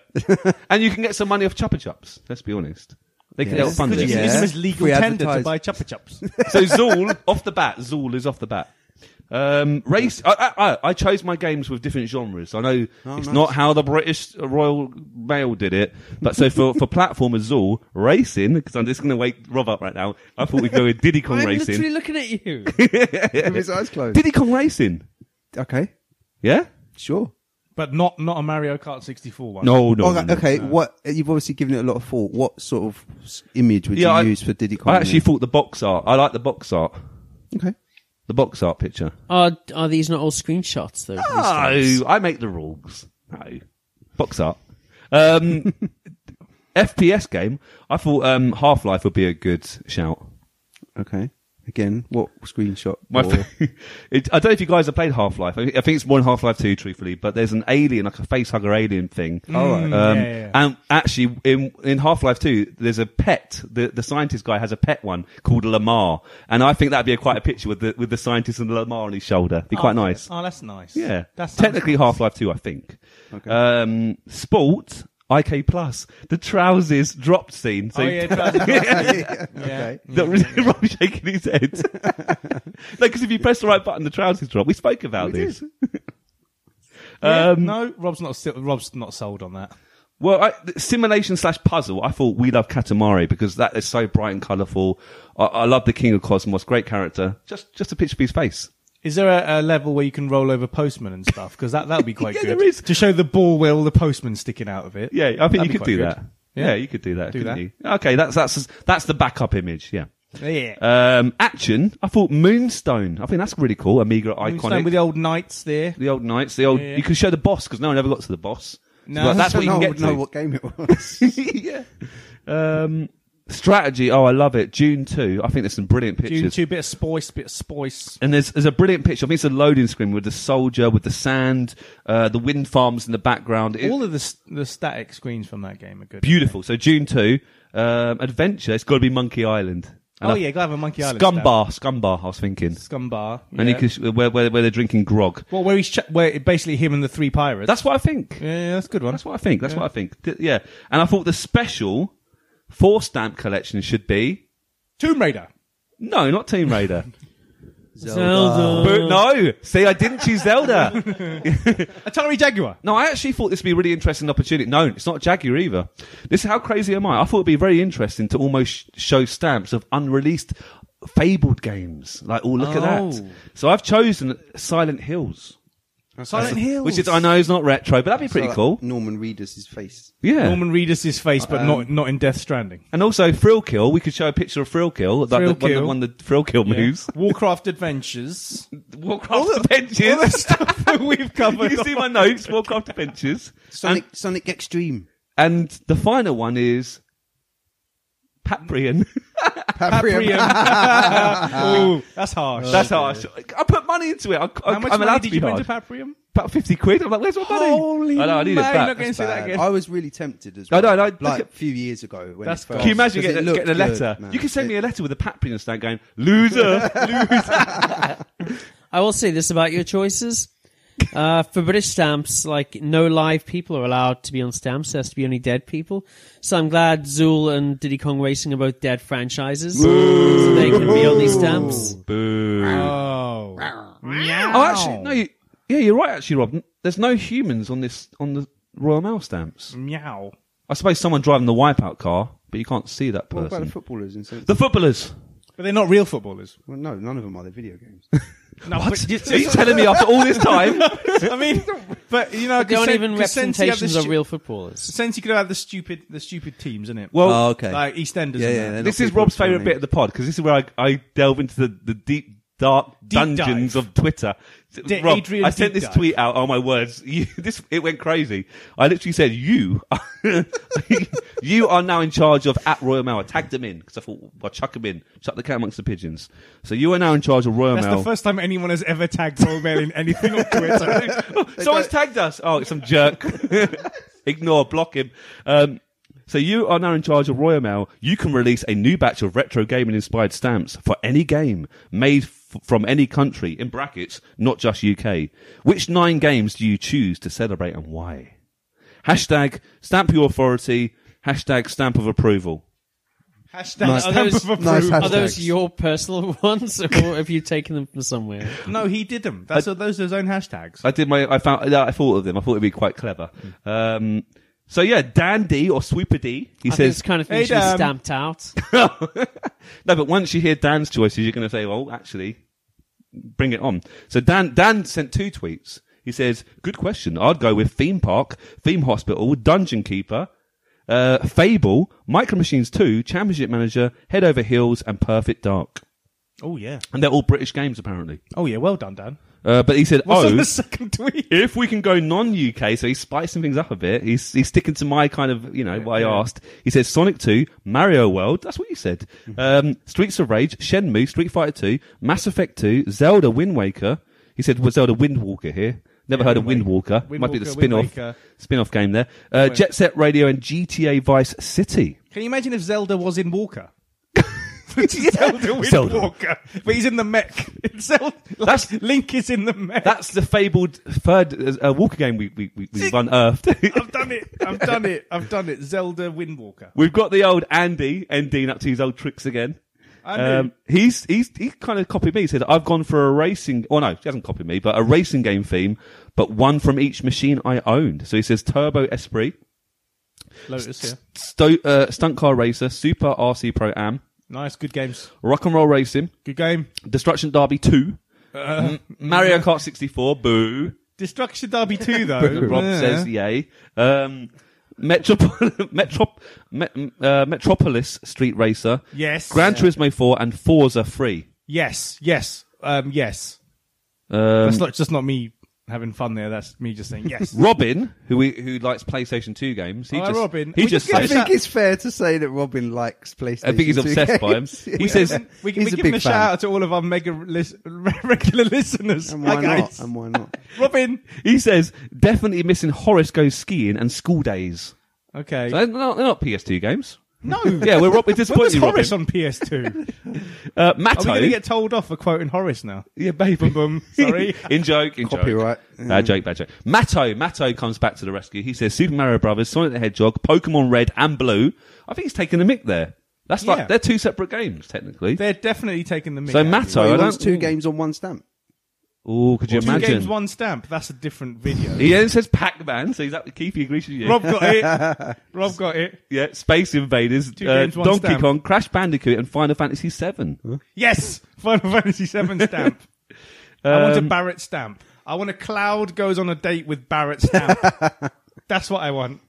S5: and you can get some money off Chopper Chops. Let's be honest, they can
S4: Yes.
S5: help fund
S1: Could you
S5: it.
S4: Yeah.
S1: use them as legal
S4: Free
S1: tender to
S4: advertise.
S1: buy chopper chops?
S5: so Zool off the bat. Zool is off the bat. Um, race. I, I, I- I chose my games with different genres. I know it's
S4: nice.
S5: not how the British Royal Mail did it, but so for for platformers, Zool racing. Because I'm just going to wake Rob up right now. I thought we'd go with Diddy Kong
S3: I'm
S5: Racing.
S3: literally looking at you.
S4: With his eyes closed.
S5: Diddy Kong Racing.
S4: Okay.
S5: Yeah.
S4: Sure.
S1: but not not a Mario Kart 64 one.
S5: No, no.
S4: okay,
S5: no, no.
S4: okay, what you've obviously given it a lot of thought. What sort of s- image would you
S5: I,
S4: use for Diddy Kong?
S5: I actually thought the box art. I like the box art.
S4: okay.
S5: The box art picture.
S3: Are are these not all screenshots though? from these
S5: Ah,
S3: stamps?
S5: I make the rules. No, box art. Um, FPS game. I thought um, Half Life would be a good shout.
S4: Okay. Again, what screenshot?
S5: My
S4: or-
S5: f- it, I don't know if you guys have played Half Life. I, I think it's more in Half Life Two, truthfully. But there's an alien, like a face hugger alien thing.
S4: All right.
S5: Um,
S1: Mm, yeah, yeah.
S5: And actually, in in Half Life Two, there's a pet. The the scientist guy has a pet one called Lamar, and I think that'd be a, quite a picture with the with the scientist and Lamar on his shoulder. Be quite nice.
S1: Oh, that's nice.
S5: Yeah,
S1: that's
S5: technically Half Life Two, I think. Um, Sport IK Plus the trousers dropped scene. So
S1: Oh, yeah, that's-
S4: okay.
S5: that was- Rob shaking his head. no, because if you press the right button, the trousers drop. We spoke about this.
S1: yeah.
S5: Um,
S1: no, Rob's not still, Rob's not sold on that.
S5: Well, I, th- simulation slash puzzle. I thought we love Katamari because that is so bright and colourful. I, I love the King of Cosmos, great character. Just just a picture of his face.
S1: Is there a, a level where you can roll over postmen and stuff? Because that that would be quite
S5: Yeah,
S1: good.
S5: there is.
S1: to show the ball wheel, the postman sticking out of it.
S5: Yeah, I think
S1: That'd be
S5: you could
S1: quite
S5: do
S1: good.
S5: that. Yeah.
S1: Yeah.
S5: you could do that.
S1: Do
S5: couldn't
S1: that.
S5: You? Okay, that's that's that's the backup image. Yeah.
S1: Yeah.
S5: Um, action. I thought Moonstone. I think that's really cool. Amiga
S1: I mean,
S5: iconic.
S1: starting with the old knights there.
S5: the old knights. The old.
S1: Yeah, yeah.
S5: You can show the boss because no one ever got to the boss.
S1: No.
S5: Like, that's what you
S4: no one
S5: can get
S4: would
S5: to.
S4: know what game it was.
S5: yeah. Um, strategy. Oh, I love it. June two. I think there's some brilliant pictures.
S1: June two, bit of spoice, bit of spoice.
S5: And there's, there's a brilliant picture. I think it's a loading screen with the soldier, with the sand, uh, the wind farms in the background. It-
S1: All of the s- the static screens from that game are good.
S5: beautiful. So June two, um, adventure. It's got to be Monkey Island. And
S1: Oh
S5: I-
S1: yeah, gotta have a Monkey Island. stamp.
S5: Scumbar, Scumbar. I was thinking.
S1: Scumbar.
S5: And
S1: yeah.
S5: you can, sh- where, where where they're drinking grog.
S1: Well, where he's ch- where it- basically him and the three pirates.
S5: That's what I think.
S1: yeah, yeah, that's a good one.
S5: That's what I think. That's what I think. Th- yeah. And I thought the special four stamp collection should be
S1: Tomb Raider.
S5: no, not Tomb Raider.
S3: Zelda.
S1: Uh.
S5: Boo- no, see, I didn't choose Zelda.
S1: Atari Jaguar.
S5: No, I actually thought this would be a really interesting opportunity. No, it's not Jaguar either. This is how crazy am I? I thought it'd be very interesting to almost sh- show stamps of unreleased fabled games. Like, oh, look at that.
S3: Oh.
S5: So I've chosen Silent Hills.
S1: Silent Hill.
S5: Which is, I know, is not retro, but that'd be pretty
S2: So,
S5: cool.
S2: Norman Reedus' face.
S5: Yeah. Um,
S1: Norman Reedus' face, but not not in Death Stranding.
S5: And also Thrill Kill. We could show a picture of Thrill Kill, like
S1: Thrill
S5: the one that
S1: Kill.
S5: won the Thrill Kill moves.
S1: Warcraft Adventures.
S5: Warcraft Adventures.
S1: stuff that we've covered.
S5: you see my notes, Warcraft Adventures.
S2: Sonic, Sonic Extreme.
S5: And, and the final one is Paprian.
S1: Ooh, that's harsh.
S5: That's how I. I put money into it. I, I,
S1: How much
S5: I'm
S1: money
S5: allowed to
S1: did
S5: be
S1: you
S5: hard.
S1: put into Paprium?
S5: About fifty quid. I'm like, where's my money?
S1: Holy
S5: I know. I need
S1: man,
S5: it
S1: not
S5: back.
S1: gonna say that
S2: Bad.
S1: again.
S2: I was really tempted as
S5: No,
S2: well.
S5: no, no, look
S2: Like
S5: at-
S2: a few years ago when
S1: That's
S2: it first.
S5: Can you imagine
S2: because
S5: getting,
S2: it
S5: getting a
S2: looked
S5: letter?
S2: good, man.
S5: you can send me
S2: It-
S5: a letter with a Paprian stamp going, loser, loser.
S3: I will say this about your choices. Uh, for British stamps, like no live people are allowed to be on stamps. There has to be only dead people. So I'm glad Zool and Diddy Kong Racing are both dead franchises, so they can be on these stamps.
S5: Boo.
S1: Oh.
S5: Oh, actually, no. You, yeah, you're right. Actually, Rob, N- there's no humans on this on the Royal Mail stamps.
S1: Meow.
S5: I suppose someone driving the wipeout car, but you can't see that
S2: What about
S5: person.
S2: the footballers and so?
S5: the footballers.
S1: But they're not real footballers.
S2: well, no, none of them are. They're video games.
S1: No,
S5: What? Are you telling me after all this time?
S1: I mean, but you know,
S3: They aren't
S1: Sen-
S3: even
S1: because Sensi have Uh, the
S3: representations of
S1: stu-
S3: real footballers.
S1: Sensi could have the stupid, the stupid teams, innit?
S5: Well,
S2: Oh, okay.
S1: like EastEnders.
S2: Yeah,
S1: and
S2: yeah,
S1: that.
S2: they're not
S5: this is
S2: people
S5: Rob's favourite
S2: funny.
S5: bit of the pod because this is where I, I delve into the, the deep dark dungeons
S1: dive.
S5: of Twitter.
S1: D-
S5: Rob,
S1: Adrian
S5: I sent
S1: deep
S5: this
S1: dive.
S5: tweet out. Oh my words! You, this it went crazy. I literally said, "You, you are now in charge of at Royal Mail." I tagged them in because I thought, "Well, chuck them in, chuck the cat amongst the pigeons." So you are now in charge of Royal
S1: That's
S5: Mail.
S1: the first time anyone has ever tagged Royal Mail in anything on Twitter.
S5: Someone's tagged us. Oh, it's some jerk. Ignore, block him. Um, so you are now in charge of Royal Mail. You can release a new batch of retro gaming inspired stamps for any game made f- from any country, in brackets, not just UK. Which nine games do you choose to celebrate and why? Hashtag stamp your authority. Hashtag stamp of approval.
S1: Hashtag
S3: Nice-
S1: stamp
S3: Those-
S1: of approval.
S2: nice
S3: Are those
S2: Hashtags.
S3: your personal ones, or have you taken them from somewhere?
S1: No, he did them. That's those are his own hashtags.
S5: I did my. I found. yeah, I thought of them. I thought it'd be quite clever. Um, so yeah, Dandy or Sweeper D. He
S3: Hmm. I think
S5: says
S3: it's kind of thing
S1: "Hey,
S3: should be
S1: Dan."
S3: stamped out.
S5: no, but once you hear Dan's choices, you're going to say, well, actually, bring it on. So Dan, Dan sent two tweets. He says, good question. I'd go with theme park, theme hospital, dungeon keeper, uh, fable, micro machines 2, championship manager, head over heels and perfect dark.
S1: Oh yeah.
S5: And they're all British games apparently.
S1: Oh yeah. Well done, Dan.
S5: Uh, but he said,
S1: What's on
S5: oh,
S1: the second tweet?
S5: if we can go non-UK, so he's spicing things up a bit. He's he's sticking to my kind of you know what I asked. He says Sonic Two, Mario World. That's what you said.
S1: Mm-hmm.
S5: Um, Streets of Rage, Shenmue, Street Fighter Two, Mass Effect Two, Zelda Wind Waker. He said was Zelda Wind Walker here. Never heard of Wind Walker.
S1: Wind
S5: Might be the
S1: Walker, Wind
S5: spin-off
S1: Waker.
S5: spin-off game there. Uh, Jet Set Radio and GTA Vice City.
S1: Can you imagine if Zelda was in Walker?
S5: Zelda
S1: Wind Walker, but he's in the mech. It's Zelda.
S5: That's-
S1: Like, Link is in the mech.
S5: That's the fabled third uh, Walker game we we we, we unearthed.
S1: I've done it. I've done it. I've done it. Zelda Windwalker.
S5: We've got the old Andy, Andy up to his old tricks again.
S1: Andy.
S5: Um, he's he's he kind of copied me. He said I've gone for a racing. Oh no, he hasn't copied me, but a racing game theme, but one from each machine I owned. So he says Turbo Esprit,
S1: Lotus. Yeah.
S5: Sto- uh, Stunt Car Racer, Super RC Pro Am,
S1: Nice. Good games.
S5: Rock and Roll Racing,
S1: Good game. Uh,
S5: Destruction Derby Two,
S1: Mm,
S5: M- Mario Kart 64. Boo.
S1: Destruction Derby 2, though.
S5: Rob
S1: Yeah.
S5: says yay. Um, Metrop- Metrop- Met- uh, Metropolis Street Racer.
S1: Yes.
S5: Gran Turismo 4 and Forza 3.
S1: Yes, yes, um, yes.
S5: Um,
S1: That's not just not me having fun there. That's me just saying yes.
S5: Robin, who we, who likes PlayStation 2 games, he
S1: Hi,
S5: just
S1: Robin.
S5: he
S1: We
S5: just
S1: just
S2: I
S5: says,
S1: give him
S2: think it's fair to say that Robin likes PlayStation.
S5: I think he's
S2: 2
S5: obsessed by him.
S2: games.
S5: He says
S1: we,
S2: He's
S1: we
S2: a
S1: giving
S2: big
S1: a
S2: fan.
S1: shout out to all of our mega lis- regular listeners.
S2: And
S1: Hi,
S2: why
S1: guys.
S2: not? And why not?
S1: Robin.
S5: he says definitely missing Horace goes skiing and school days. Uh,
S1: Okay.
S5: So they're not, they're not PS2 games.
S1: No.
S5: Yeah, we're, we're
S1: When was
S5: disappointed, Robin.
S1: Horace on PS2?
S5: Uh,
S1: Are we going to
S5: Matto.
S1: get told off for quoting Horace now?
S5: yeah, baby.
S1: Boom, boom. Sorry.
S5: in joke, in
S4: Copyright.
S5: joke. Bad joke, bad joke. Matto, Matto comes back to the rescue. He says Super Mario Brothers, Sonic the Hedgehog, Pokemon Red and Blue. I think he's taking the mick there. That's
S1: Yeah.
S5: like they're two separate games technically.
S1: They're definitely taking the mic.
S5: so Matto,
S4: So
S5: I
S4: he
S5: don't.
S4: wants two games on one stamp.
S5: Oh, could you
S1: Two
S5: imagine?
S1: games, one stamp. That's a different video.
S5: He then says Pac-Man, so he's up. Keith, he agrees with you.
S1: Rob got it. Rob got it.
S5: yeah, Space Invaders,
S1: Two
S5: uh,
S1: games, one
S5: Donkey
S1: stamp.
S5: Kong, Crash Bandicoot, and Final Fantasy VII.
S1: Yes. Final Fantasy VII stamp. I want a
S5: Um,
S1: Barrett stamp. I want a cloud goes on a date with Barrett stamp. That's what I want.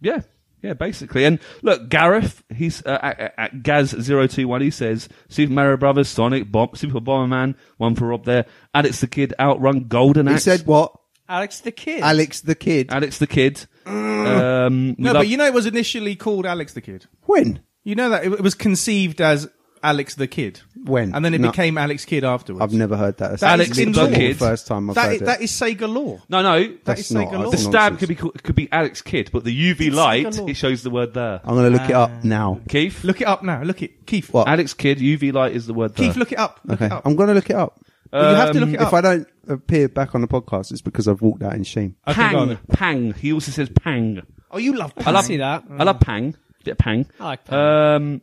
S5: Yeah, yeah, basically. And look, Gareth, he's uh, at, at Gaz021, he says Super Mario Brothers, Sonic, Bomb, Super Bomberman, one for Rob there, Alex the Kid, Outrun, Golden
S4: He
S5: Axe.
S4: said what?
S3: Alex the Kid.
S4: Alex the Kid.
S5: Alex the Kid. um,
S1: No,
S5: love-
S1: but you know it was initially called Alex the Kid.
S4: When?
S1: You know that it, it was conceived as Alex the Kid.
S4: When?
S1: And then it
S4: No.
S1: became Alex Kid afterwards.
S4: I've never heard that. That's
S1: Alex
S4: literally
S1: in Law.
S4: the first time I've
S1: That
S4: heard
S1: is,
S4: it.
S1: that is Sega law.
S5: no, no.
S1: That
S4: That's
S1: is
S4: not-
S1: Sega law.
S5: the
S4: that's
S5: stab
S4: nonsense.
S5: could be called- could be Alex Kid, but the UV light
S3: law.
S5: it shows the word there.
S4: I'm going to look it up now.
S5: Keith,
S1: Look it up now. Look it, Keith.
S4: Um, What?
S5: Alex Kid, UV light is the word there.
S1: Keith, look it up. Look
S4: Okay,
S1: it up.
S4: I'm going to look it up.
S1: you have to look it
S5: Um,
S1: up.
S4: if I don't appear back on the podcast, it's because I've walked out in shame.
S1: Okay, go on
S5: Pang,
S1: then.
S5: pang. He also says pang.
S1: Oh, you love
S5: I
S1: Pang.
S5: love
S3: see that.
S5: I love Pang. Bit of Pang.
S3: I like Pang.
S5: Um,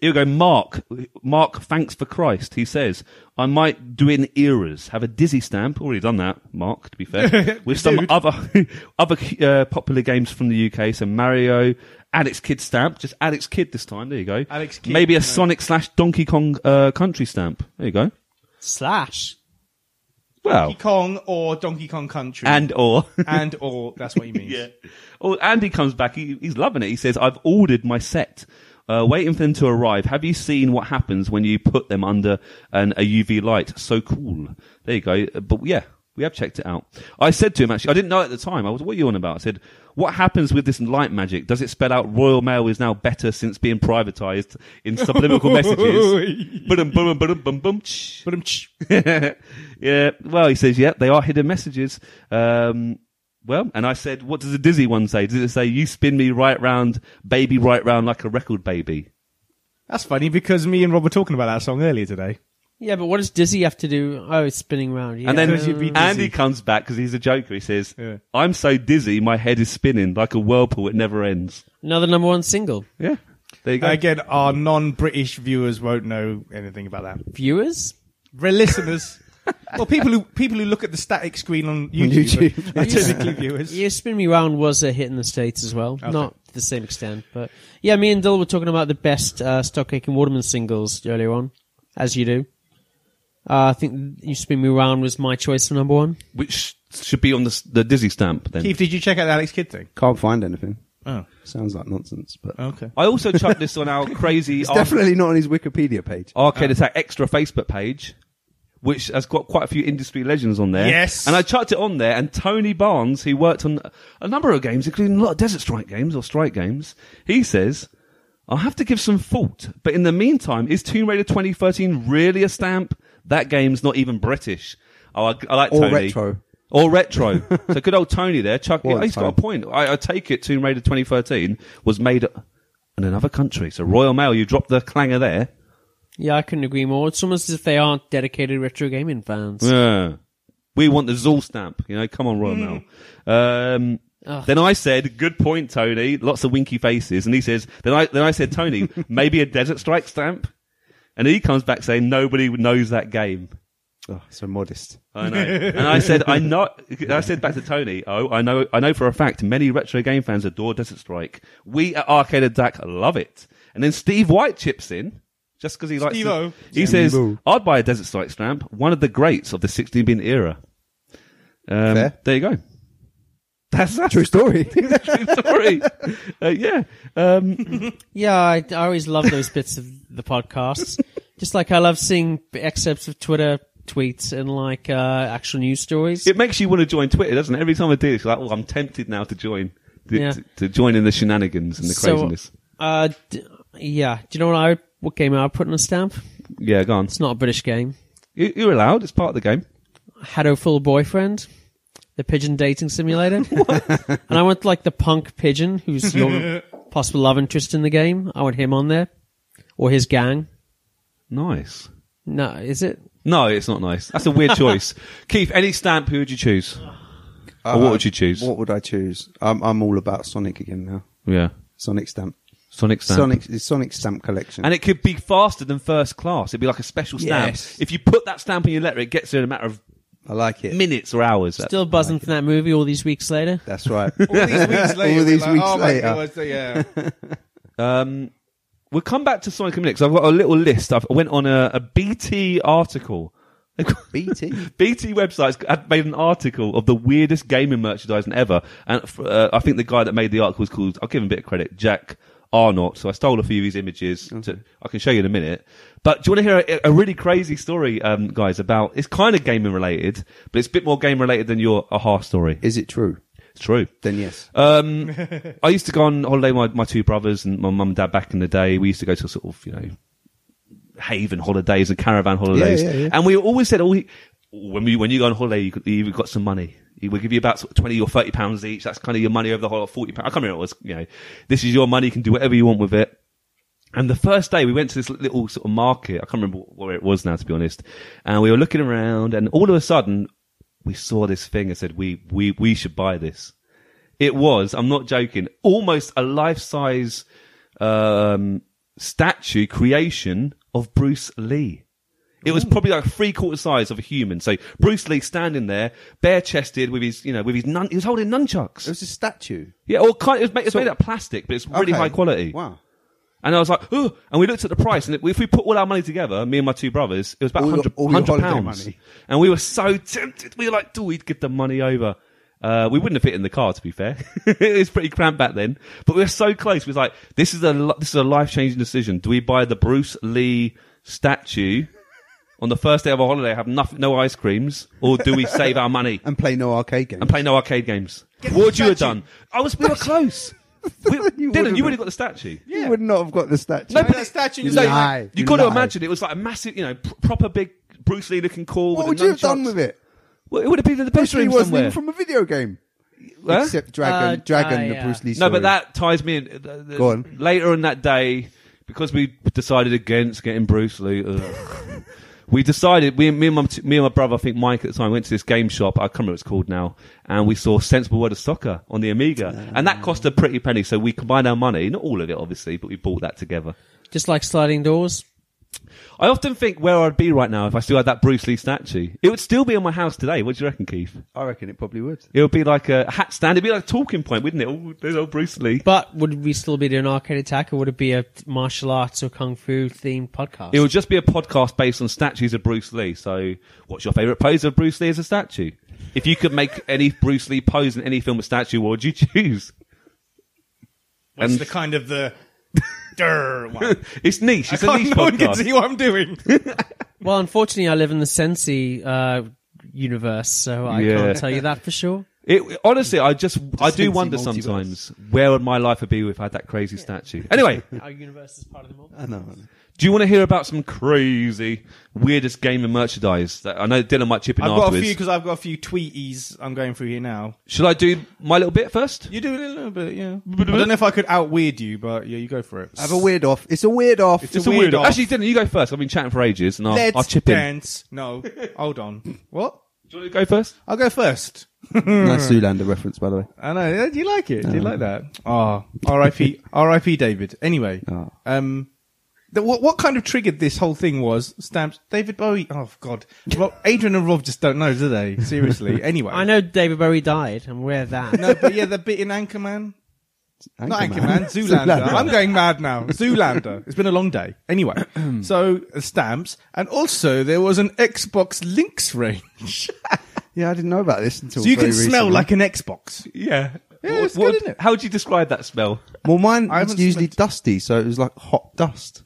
S5: here we go. Mark. Mark, thanks for Christ. He says, I might do in eras. Have a dizzy stamp. Already done that, Mark, to be fair. with some other other uh, popular games from the UK. So Mario, Alex Kid stamp. Just Alex Kid this time. There you go.
S1: Alex Kidd,
S5: Maybe a
S1: no.
S5: Sonic slash Donkey Kong uh, country stamp. There you go.
S3: Slash.
S5: Well,
S1: Donkey Kong or Donkey Kong Country.
S5: and or.
S1: and or that's what he means.
S5: Yeah. Oh, Andy comes back. He, he's loving it. He says, "I've ordered my set, uh, waiting for them to arrive. Have you seen what happens when you put them under an, a UV light? So cool. There you go. Uh, But yeah, we have checked it out. I said to him actually, I didn't know at the time. I was, what are you on about? I said, what happens with this light magic? Does it spell out Royal Mail is now better since being privatized in subliminal messages? Boom, boom, boom, boom, boom. tsh.
S1: um,
S5: yeah. Well, he says, yeah, they are hidden messages. Um, well, and I said, what does the dizzy one say? Does it say, you spin me right round, baby right round like a record baby?
S1: That's funny because me and Rob were talking about that song earlier today.
S3: Yeah, but what does Dizzy have to do? Oh, it's spinning round. Yeah.
S5: and
S1: because you'd be
S5: then
S1: dizzy.
S5: Andy comes back because he's a joker. He says,
S1: Yeah.
S5: I'm so dizzy, my head is spinning like a whirlpool. It never ends.
S3: Another number one single.
S5: Yeah. There you go.
S1: Again, our non-British viewers won't know anything about that.
S3: Viewers?
S1: Re listeners, well, people who people who look at the static screen on YouTube,
S4: YouTube.
S1: are typically viewers.
S3: Yeah, Spin Me Round was a hit in the States as well. Not to the same extent, but yeah, me and Dill were talking about the best uh, Stock Aitken Waterman singles earlier on, as you do. Uh, I think You Spin Me Round was my choice for number one.
S5: Which should be on the, s- the dizzy stamp then.
S1: Keith, did you check out the Alex Kidd thing?
S4: Can't find anything.
S1: Oh,
S4: Sounds like nonsense, but
S1: okay.
S5: I also chucked this on our crazy
S4: it's definitely not on his Wikipedia page. Ah.
S5: Arcade Attack Extra Facebook page, which has got quite a few industry legends on there.
S1: Yes.
S5: And I chucked it on there, and Tony Barnes, who worked on a number of games, including a lot of Desert Strike games or Strike games, he says, I'll have to give some thought, but in the meantime, is Tomb Raider 2013 really a stamp? That game's not even British. Oh, I, I like
S4: Or
S5: Tony.
S4: retro.
S5: Or retro. so good old Tony there. Chuck,
S4: Well,
S5: he's got a
S4: Tony.
S5: point. I, I take it Tomb Raider 2013 was made in another country. So Royal Mail, you dropped the clanger there.
S3: Yeah, I couldn't agree more. It's almost as if they aren't dedicated retro gaming fans.
S5: Yeah. We want the Zool stamp, you know, come on, Royal Mail. Um, then I said, good point, Tony. Lots of winky faces. And he says, then I, then I said, Tony, maybe a Desert Strike stamp? And he comes back saying, nobody knows that game.
S4: Oh, so modest.
S5: I know. and I said, I not, I said back to Tony, oh, I know, I know for a fact many retro game fans adore Desert Strike. We at Arcade Attack love it. And then Steve White chips in. Just because he likes
S1: Steve-o.
S5: it. He says,
S4: Steve-o.
S5: I'd buy a Desert Strike stamp, one of the greats of the 16 bin era. Um,
S4: Fair.
S5: There you go. That's that's
S4: True story.
S5: true story. uh, yeah. Um,
S3: Yeah, I, I always love those bits of the podcasts. Just like I love seeing excerpts of Twitter tweets and like uh, actual news stories.
S5: it makes you want to join Twitter, doesn't it? Every time I do this, you're like, oh, I'm tempted now to join, to,
S3: Yeah.
S5: to, to join in the shenanigans and the craziness.
S3: Uh, d- yeah. Do you know what I what game I would put on a stamp?
S5: yeah, go on.
S3: It's not a British game.
S5: You, you're allowed. It's part of the game.
S3: Haddo Full Boyfriend, the pigeon dating simulator, and I want like the punk pigeon who's your possible love interest in the game. I want him on there, or his gang.
S5: Nice.
S3: No, is it?
S5: No, it's not nice. That's a weird choice. Keith, any stamp, who would you choose? or what would you choose?
S4: Um, What would I choose? I'm, I'm all about Sonic again now.
S5: Yeah.
S4: Sonic stamp.
S5: Sonic stamp.
S4: Sonic the Sonic stamp collection.
S5: And it could be faster than first class. It'd be like a special stamp.
S4: Yes.
S5: If you put that stamp on your letter, it gets there in a matter of
S4: I like it.
S5: minutes or hours.
S3: Still buzzing from that movie all these weeks later.
S4: That's right.
S1: All these weeks later,
S4: All these
S1: like,
S4: weeks
S1: oh
S4: later.
S1: My God, so, yeah.
S5: Um, we'll come back to Sonic in a minute 'cause I've got a little list. I've, I went on a, a BT article.
S4: BT?
S5: BT websites had made an article of the weirdest gaming merchandising ever, and uh, I think the guy that made the article was called. I'll give him a bit of credit, Jack Arnott. So I stole a few of his images. To, I can show you in a minute. But do you want to hear a, a really crazy story, um, guys? About it's kind of gaming related, but it's a bit more game related than your aha story.
S4: Is it true?
S5: It's true.
S4: Then yes.
S5: Um, I used to go on holiday with my, my two brothers and my mum and dad back in the day. We used to go to sort of, you know, haven holidays and caravan holidays.
S4: yeah, yeah.
S5: And we always said, oh, we- when, we, when you go on holiday, you, could- you've got some money. We'll give you about sort of 20 or 30 pounds each. That's kind of your money over the whole 40 pounds. I can't remember what it was. You know, this is your money. You can do whatever you want with it. And the first day we went to this little sort of market. I can't remember wh- where it was now, to be honest. And we were looking around and all of a sudden we saw this thing and said, we, we, we should buy this. It was, I'm not joking, almost a life size, um, statue creation of Bruce Lee. It was probably like three quarter size of a human. So Bruce Lee standing there, bare chested with his, you know, with his nun, he was holding
S4: It
S5: nunchucks.
S4: was a statue.
S5: Yeah, or kind it was made, it was
S4: So-
S5: made out of plastic, but it's really
S4: Okay.
S5: high quality.
S4: Wow.
S5: And I was like, oh, and we looked at the price. And if we put all our money together, me and my two brothers, it was about
S4: All your-
S5: 100,
S4: all your
S5: 100
S4: holiday
S5: pounds.
S4: money.
S5: And we were so tempted. We were like, do we'd give the money over. Uh, we wouldn't have fit in the car, to be fair. it was pretty cramped back then, but we were so close. We was like, this is a, li- this is a life changing decision. Do we buy the Bruce Lee statue on the first day of our holiday, have nothing, no ice creams, or do we save our money?
S4: And play no arcade game.
S5: and play no arcade games. what would you have done? I was, we were close. We-
S4: You
S5: Dylan,
S4: would've.
S5: you would have got the statue.
S4: You would not have got the statue.
S5: but it-
S4: You
S5: no,
S4: lie.
S5: You,
S4: You
S5: got to
S4: lie.
S5: imagine it was like a massive, you know, pr- proper big Bruce Lee looking call.
S4: what
S5: with
S4: would
S5: the
S4: you have done
S5: nunchucks.
S4: with it?
S5: Well, it would have been in the
S4: Bruce Lee
S5: bedroom
S4: wasn't
S5: somewhere.
S4: even from a video game.
S5: Huh?
S4: Except Dragon,
S3: Uh,
S4: Dragon,
S3: ah,
S4: the
S3: yeah.
S4: Bruce Lee
S5: no,
S4: story.
S5: but that ties me in. The- the-
S4: Go on.
S5: Later on that day, because we decided against getting Bruce Lee. ugh, We decided we, me and my t- me and my brother, I think Mike at the time, went to this game shop. I can't remember what it's called now, and we saw Sensible World of Soccer on the Amiga, and that cost a pretty penny. So we combined our money, not all of it obviously, but we bought that together.
S3: Just like sliding doors.
S5: I often think where I'd be right now if I still had that Bruce Lee statue. It would still be in my house today. What do you reckon, Keith?
S4: I reckon it probably would.
S5: It would be like a hat stand. It'd be like a talking point, wouldn't it? Oh, there's old Bruce Lee.
S3: But would we still be doing arcade attack, or would it be a martial arts or kung fu themed podcast?
S5: It would just be a podcast based on statues of Bruce Lee. So, what's your favourite pose of Bruce Lee as a statue? If you could make any Bruce Lee pose in any film a statue, what would you choose?
S1: That's
S5: And-
S1: the kind of the durr one.
S5: It's niche. It's a
S1: God,
S5: niche
S1: no one can
S5: podcast.
S1: see what I'm doing.
S3: well, unfortunately, I live in the Sensi uh, universe, so I
S5: Yeah.
S3: can't tell you that for sure.
S5: It, honestly, I just I do
S4: Fancy
S5: wonder
S4: multiverse.
S5: sometimes where would my life would be if I had that crazy statue. Anyway,
S3: Our universe is part of the multiverse.
S4: I know.
S5: Do you want to hear about some crazy, weirdest gaming merchandise? That I know Dylan might chip in
S1: I've got a
S5: afterwards.
S1: few because I've got a few tweeties I'm going through here now.
S5: Should I do my little bit first?
S1: You do a little bit, yeah. I don't know if I could outweird you, but yeah, you go for it.
S4: Have a weird off. It's a weird off.
S1: It's a It's a weird weird off. off.
S5: Actually, Dylan, you go first. I've been chatting for ages, and I'll,
S1: Let's
S5: I'll chip in.
S1: dance. No, hold on. What?
S5: Do you want to go first?
S1: I'll go first.
S4: nice Zoolander reference, by the way.
S1: I know. yeah, Do you like it? Do you like that? Ah, R.I.P. R.I.P. David. Anyway,
S4: Ah.
S1: um, the, what what kind of triggered this whole thing was stamps. David Bowie. Oh God, Rob, Adrian and Rob just don't know, do they? Seriously. Anyway,
S3: I know David Bowie died. I'm aware of that.
S1: No, but yeah, the bit in Anchorman. Not Anchorman, Zoolander. I'm going mad now. Zoolander. It's been a long day. Anyway, so uh, stamps, and also there was an Xbox Lynx range,
S4: Yeah, I didn't know about this until
S1: so you
S4: very
S1: can smell
S4: recently.
S1: like an Xbox.
S5: Yeah.
S1: Yeah, it's good, isn't it?
S5: How would you describe that smell?
S4: Well, mine
S1: I
S4: was
S1: haven't
S4: usually dusty, so it was like hot dust.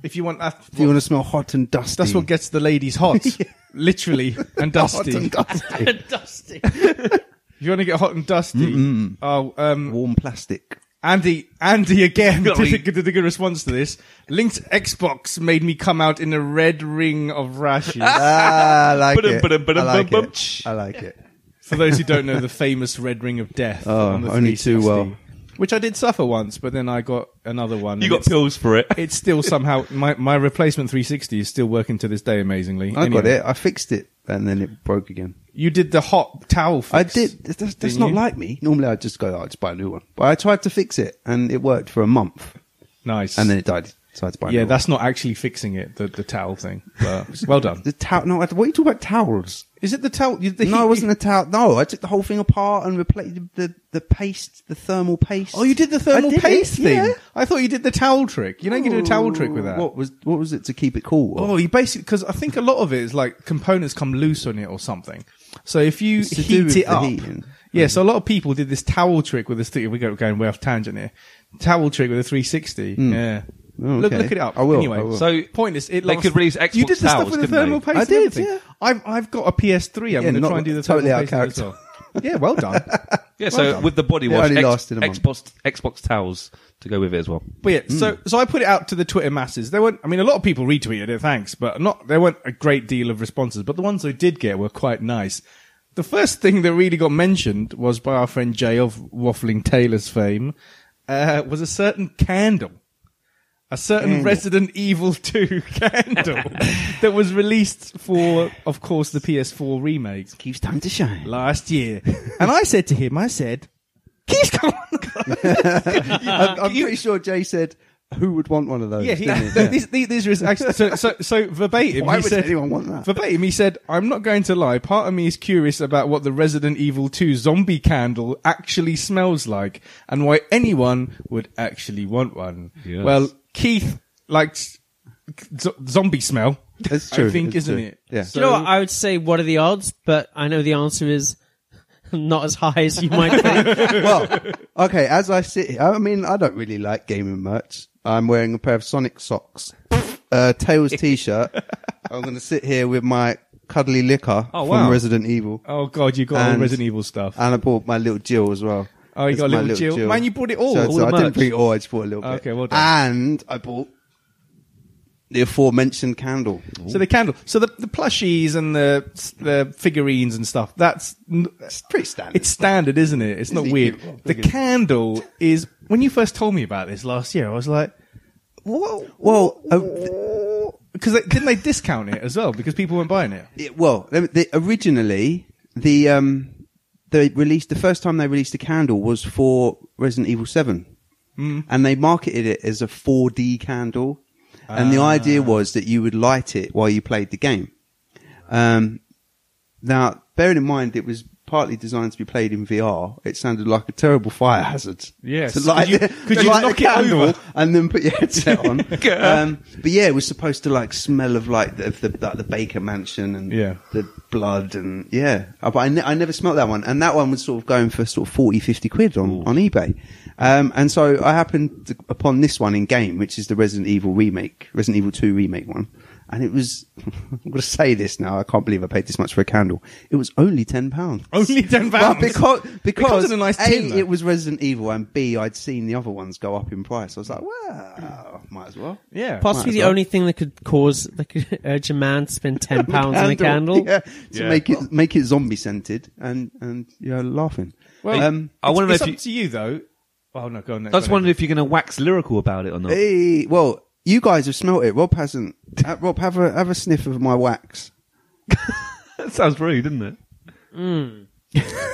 S1: If you want, that,
S4: If you want to smell hot and dusty,
S1: that's what gets the ladies hot, literally and
S4: hot
S1: dusty.
S4: and dusty.
S3: Dusty.
S1: if you want to get hot and dusty, oh, um,
S4: Warm plastic.
S1: Andy, Andy again did
S5: Golly.
S1: a, good- did a good response to this. Linked Xbox made me come out in a red ring of rashes.
S4: Ah, I like
S5: Ba-dum,
S4: it.
S5: ba-dum,
S4: I
S5: ba-dum,
S4: like
S5: bum, bum.
S4: it. I like it.
S1: For those who don't know, the famous Red Ring of Death.
S4: Oh,
S1: on the
S4: only too
S1: 360.
S4: well.
S1: which I did suffer once, but then I got another one.
S5: You
S1: and
S5: got
S1: it's-
S5: pills for it.
S1: It's still somehow my, my replacement 360 is still working to this day amazingly.
S4: I got
S1: Anyway,
S4: it. I fixed it, and then it broke again.
S1: You did the hot towel. Fix.
S4: I did. That's, that's
S1: didn't
S4: not
S1: you?
S4: like me. Normally, I just go, oh, just buy a new one. But I tried to fix it, and it worked for a month,
S1: nice.
S4: and then it died. So I had to buy. a
S1: yeah,
S4: new
S1: that's not actually fixing it. The the towel thing. But well done.
S4: one. the towel. No, I- what are you talking about towels?
S1: Is it the towel? you- The
S4: no,
S1: heat-
S4: it wasn't a towel. No, I took the whole thing apart and replaced the, the, the paste, the thermal paste.
S1: Oh, you did the
S4: I
S1: thermal
S4: did
S1: paste
S4: it,
S1: thing.
S4: yeah.
S1: I thought you did the towel trick. You don't get to do a towel trick with that.
S4: What was what was it to keep it cool?
S1: Oh, you basically because I think a lot of it is like components come loose on it or something. So if you
S4: It's to do
S1: heat
S4: with
S1: it
S4: the
S1: up,
S4: heating.
S1: yeah. So a lot of people did this towel trick with a stick. We go going way off tangent here. Towel trick with a 360. Yeah.
S4: Oh,
S1: Look,
S4: okay.
S1: look it up.
S4: I will,
S1: Anyway,
S4: I will.
S5: So
S1: point is, it
S5: they
S1: lasts-
S5: could release
S1: You
S5: Xbox
S1: did the stuff
S5: towels,
S1: with the
S5: didn't they?
S1: thermal paste.
S4: I
S1: and
S4: did,
S1: everything.
S4: yeah.
S1: I've I've got a PS3. I'm
S4: Yeah,
S1: going to
S4: not-
S1: try and do the
S4: totally
S1: thermal
S4: out
S1: paste in it as
S4: character.
S1: well. yeah, well done.
S5: yeah, so with the body
S4: It
S5: wash,
S4: only
S5: X-
S4: lasted a month.
S5: Xbox Xbox towels to go with it as well.
S1: But yeah, so so I put it out to the Twitter masses. There weren't, I mean, a lot of people retweeted it, thanks, but not there weren't a great deal of responses. But the ones I did get were quite nice. The first thing that really got mentioned was by our friend Jay of Waffling Taylor's fame uh, was a certain candle, a certain Resident Evil Two candle that was released for, of course, the PS4 remake
S4: keeps time to shine.
S1: last year. And I said to him, I said, "Keys, come on."
S4: I'm, I'm pretty sure Jay said, "Who would want one of those?"
S1: Yeah, he,
S4: didn't
S1: th- these, these, these were actually, so, so, so verbatim.
S4: Why
S1: he
S4: would
S1: said,
S4: anyone want that?
S1: Verbatim, he said, "I'm not going to lie. Part of me is curious about what the Resident Evil 2 zombie candle actually smells like, and why anyone would actually want one."
S5: Yes.
S1: Well, Keith likes z- zombie smell.
S4: That's true,
S1: I think,
S4: it's
S1: isn't
S4: true.
S1: it?
S4: Yeah.
S3: Do you know what? I would say, what are the odds? But I know the answer is not as high as you might think.
S4: well, okay, as I sit here, I mean, I don't really like gaming merch. I'm wearing a pair of Sonic socks, a Tails t shirt. I'm going to sit here with my cuddly liquor
S5: Oh, wow.
S4: from Resident Evil.
S1: Oh God, you got all
S4: And-
S1: Resident Evil stuff.
S4: And I bought my little Jill as well.
S1: Oh, you
S4: It's
S1: got a
S4: my
S1: little Jill? Man, you bought it all,
S4: So,
S1: all
S4: so
S1: the
S4: I
S1: merch.
S4: didn't bring it all, I just bought a little bit.
S1: Okay, well done.
S4: And I bought the aforementioned candle.
S1: so the candle, so the, the plushies and the the figurines and stuff. That's n-
S4: It's pretty standard.
S1: It's standard, isn't it? It's not
S4: Isn't it
S1: weird.
S4: cute?
S1: The candle is when you first told me about this last year, I was like, "What?"
S4: well, uh,
S1: Because they, didn't they discount it as well because people weren't buying it?
S4: It, well, the, the, originally the um they released the first time they released a candle was for Resident Evil Seven,
S1: Hmm.
S4: mm. and they marketed it as a 4D candle, and the
S1: Ah.
S4: idea was that you would light it while you played the game. Um, now, bearing in mind it was partly designed to be played in VR, it sounded like a terrible fire hazard.
S1: Yes.
S4: to light,
S1: Could you-
S4: the-
S1: could
S4: to
S1: you
S4: light the
S1: knock it over?
S4: candle and then put your headset on. um, but yeah, it was supposed to like smell of like the of the, like, the Baker Mansion and
S1: Yeah.
S4: the blood and yeah. Uh, But I, ne- I never smelt that one, and that one was sort of going for sort of 40, 50 quid on on eBay. Um, and so I happened to, upon this one in game, which is the Resident Evil remake, Resident Evil Two remake one. And it was, I'm going to say this now, I can't believe I paid this much for a candle. It was only £10.
S1: Only £10?
S4: But because,
S1: It comes
S4: because
S1: in a nice
S4: A,
S1: tin, though.
S4: it was Resident Evil, and B, I'd seen the other ones go up in price. I was like, wow, might as well.
S1: Mm. Yeah.
S3: Possibly
S4: Might as
S3: the
S4: well.
S3: only thing that could cause, that could urge a man to spend ten pounds on a candle.
S4: uh, yeah, to
S5: Yeah.
S4: make it make it zombie scented, and and you're laughing.
S1: Well,
S4: um,
S5: I want to know
S1: it's
S5: if
S1: up
S5: you.
S1: to you though. Oh no, go on.
S5: I was wondering if you're going to wax lyrical about it or not.
S4: hey, well, you guys have smelt it. Rob hasn't. Uh, Rob, have a have a sniff of my wax.
S5: That sounds rude, doesn't it?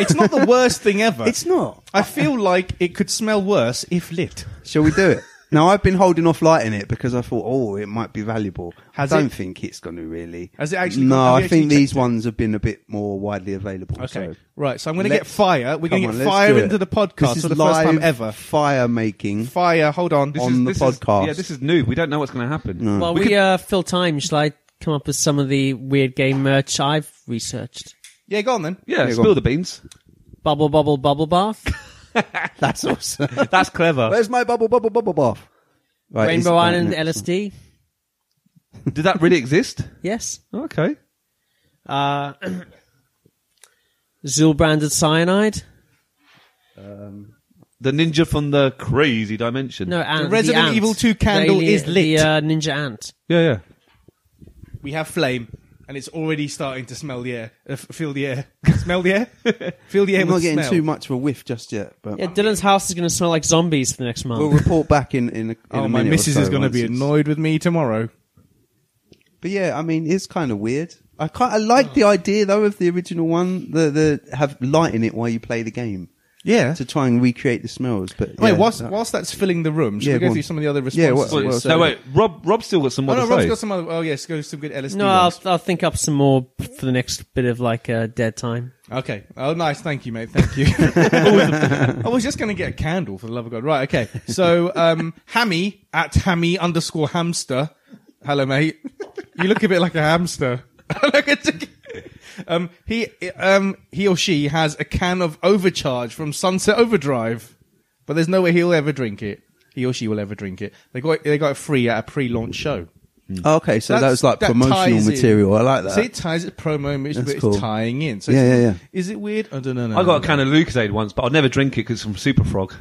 S1: it's not the worst thing ever.
S4: It's not.
S1: I feel like it could smell worse if lit.
S4: Shall we do it? now I've been holding off lighting it because I thought, oh, it might be valuable.
S1: Has
S4: I don't
S1: it-
S4: think it's going to really.
S1: Has it actually-
S4: No,
S1: have you
S4: I think
S1: actually
S4: these
S1: checked it?
S4: ones have been a bit more widely available.
S1: Okay.
S4: so-
S1: right. So I'm going to get
S4: Let's-
S1: fire. We're going to
S4: Come
S1: get
S4: on, let's
S1: fire
S4: do it.
S1: into the
S4: This
S1: podcast
S4: is
S1: for the first time
S4: live
S1: ever.
S4: Fire making.
S1: Fire. Hold on.
S4: On the
S5: this
S4: podcast.
S5: yeah, this is new. We don't know what's going to happen.
S3: While we, uh, fill time, shall I come up with some of the weird game merch I've researched?
S1: yeah, go on then.
S5: Yeah,
S4: Yeah, go
S5: spill
S4: on.
S5: the beans.
S3: Bubble bubble bubble bath,
S4: That's awesome.
S5: That's clever.
S4: Where's my bubble bubble bubble bath? Right, it's-
S3: Rainbow
S4: right,
S3: Island
S4: next one.
S3: LSD.
S5: Did that really exist?
S3: Yes.
S5: Okay.
S3: Uh, Zool branded cyanide.
S5: The ninja from the crazy dimension.
S3: No, ant,
S1: Resident
S3: ant.
S1: Evil 2 candle
S3: The alien-
S1: is lit.
S3: The uh, ninja ant.
S5: Yeah, yeah.
S1: We have flame. and it's already starting to smell the air, uh, f- feel the air, smell the air, feel the air.
S4: I'm not
S1: with
S4: getting
S1: smell.
S4: too much of a whiff just yet, but
S3: Yeah, Dylan's house is going to smell like zombies for the next month.
S4: we'll report back in in. A, in
S1: Oh,
S4: a
S1: my
S4: minute or
S1: missus
S4: so
S1: is going to
S4: once
S1: be
S4: it's-
S1: annoyed with me tomorrow.
S4: But yeah, I mean, it's kind of weird. I can I like the idea though of the original one, the the have light in it while you play the game
S1: Yeah.
S4: to try and recreate the smells. But
S1: Wait,
S4: yeah,
S1: whilst,
S4: that-
S1: whilst that's filling the room, should
S4: Yeah,
S1: we go
S4: go on.
S1: through some of the other
S4: Yeah,
S1: responses?
S4: what-
S5: Well,
S3: uh,
S4: what-
S5: no, wait. Rob, Rob's still got some more
S1: oh, no,
S5: to
S1: Rob's
S5: say.
S1: got some other. Oh, yes, go some good LSD.
S3: no, I'll,
S1: ones.
S3: I'll think up some more for the next bit of like uh, dead time.
S1: Okay. Oh, nice. Thank you, mate. Thank you. I was just going to get a candle for the love of God. Right. Okay. So, um, Hammy at Hammy underscore hamster. Hello, mate. You look a bit like a hamster. Look at the- um, he, um, he or she has a can of overcharge from Sunset Overdrive, but there's no way he'll ever drink it. He or she will ever drink it. They got it, they got it free at a pre-launch show.
S4: Oh, okay, so that
S1: That's-
S4: was like
S1: that
S4: promotional
S1: ties in.
S4: material. I like that.
S1: See, it ties it promo, which
S4: That's
S1: but
S4: cool.
S1: it's tying in. So
S4: Yeah,
S1: it's-
S4: yeah, yeah.
S1: Is it weird? I don't know.
S5: I got a can of Lucasade once, but I'll never drink it because it's from Super Frog.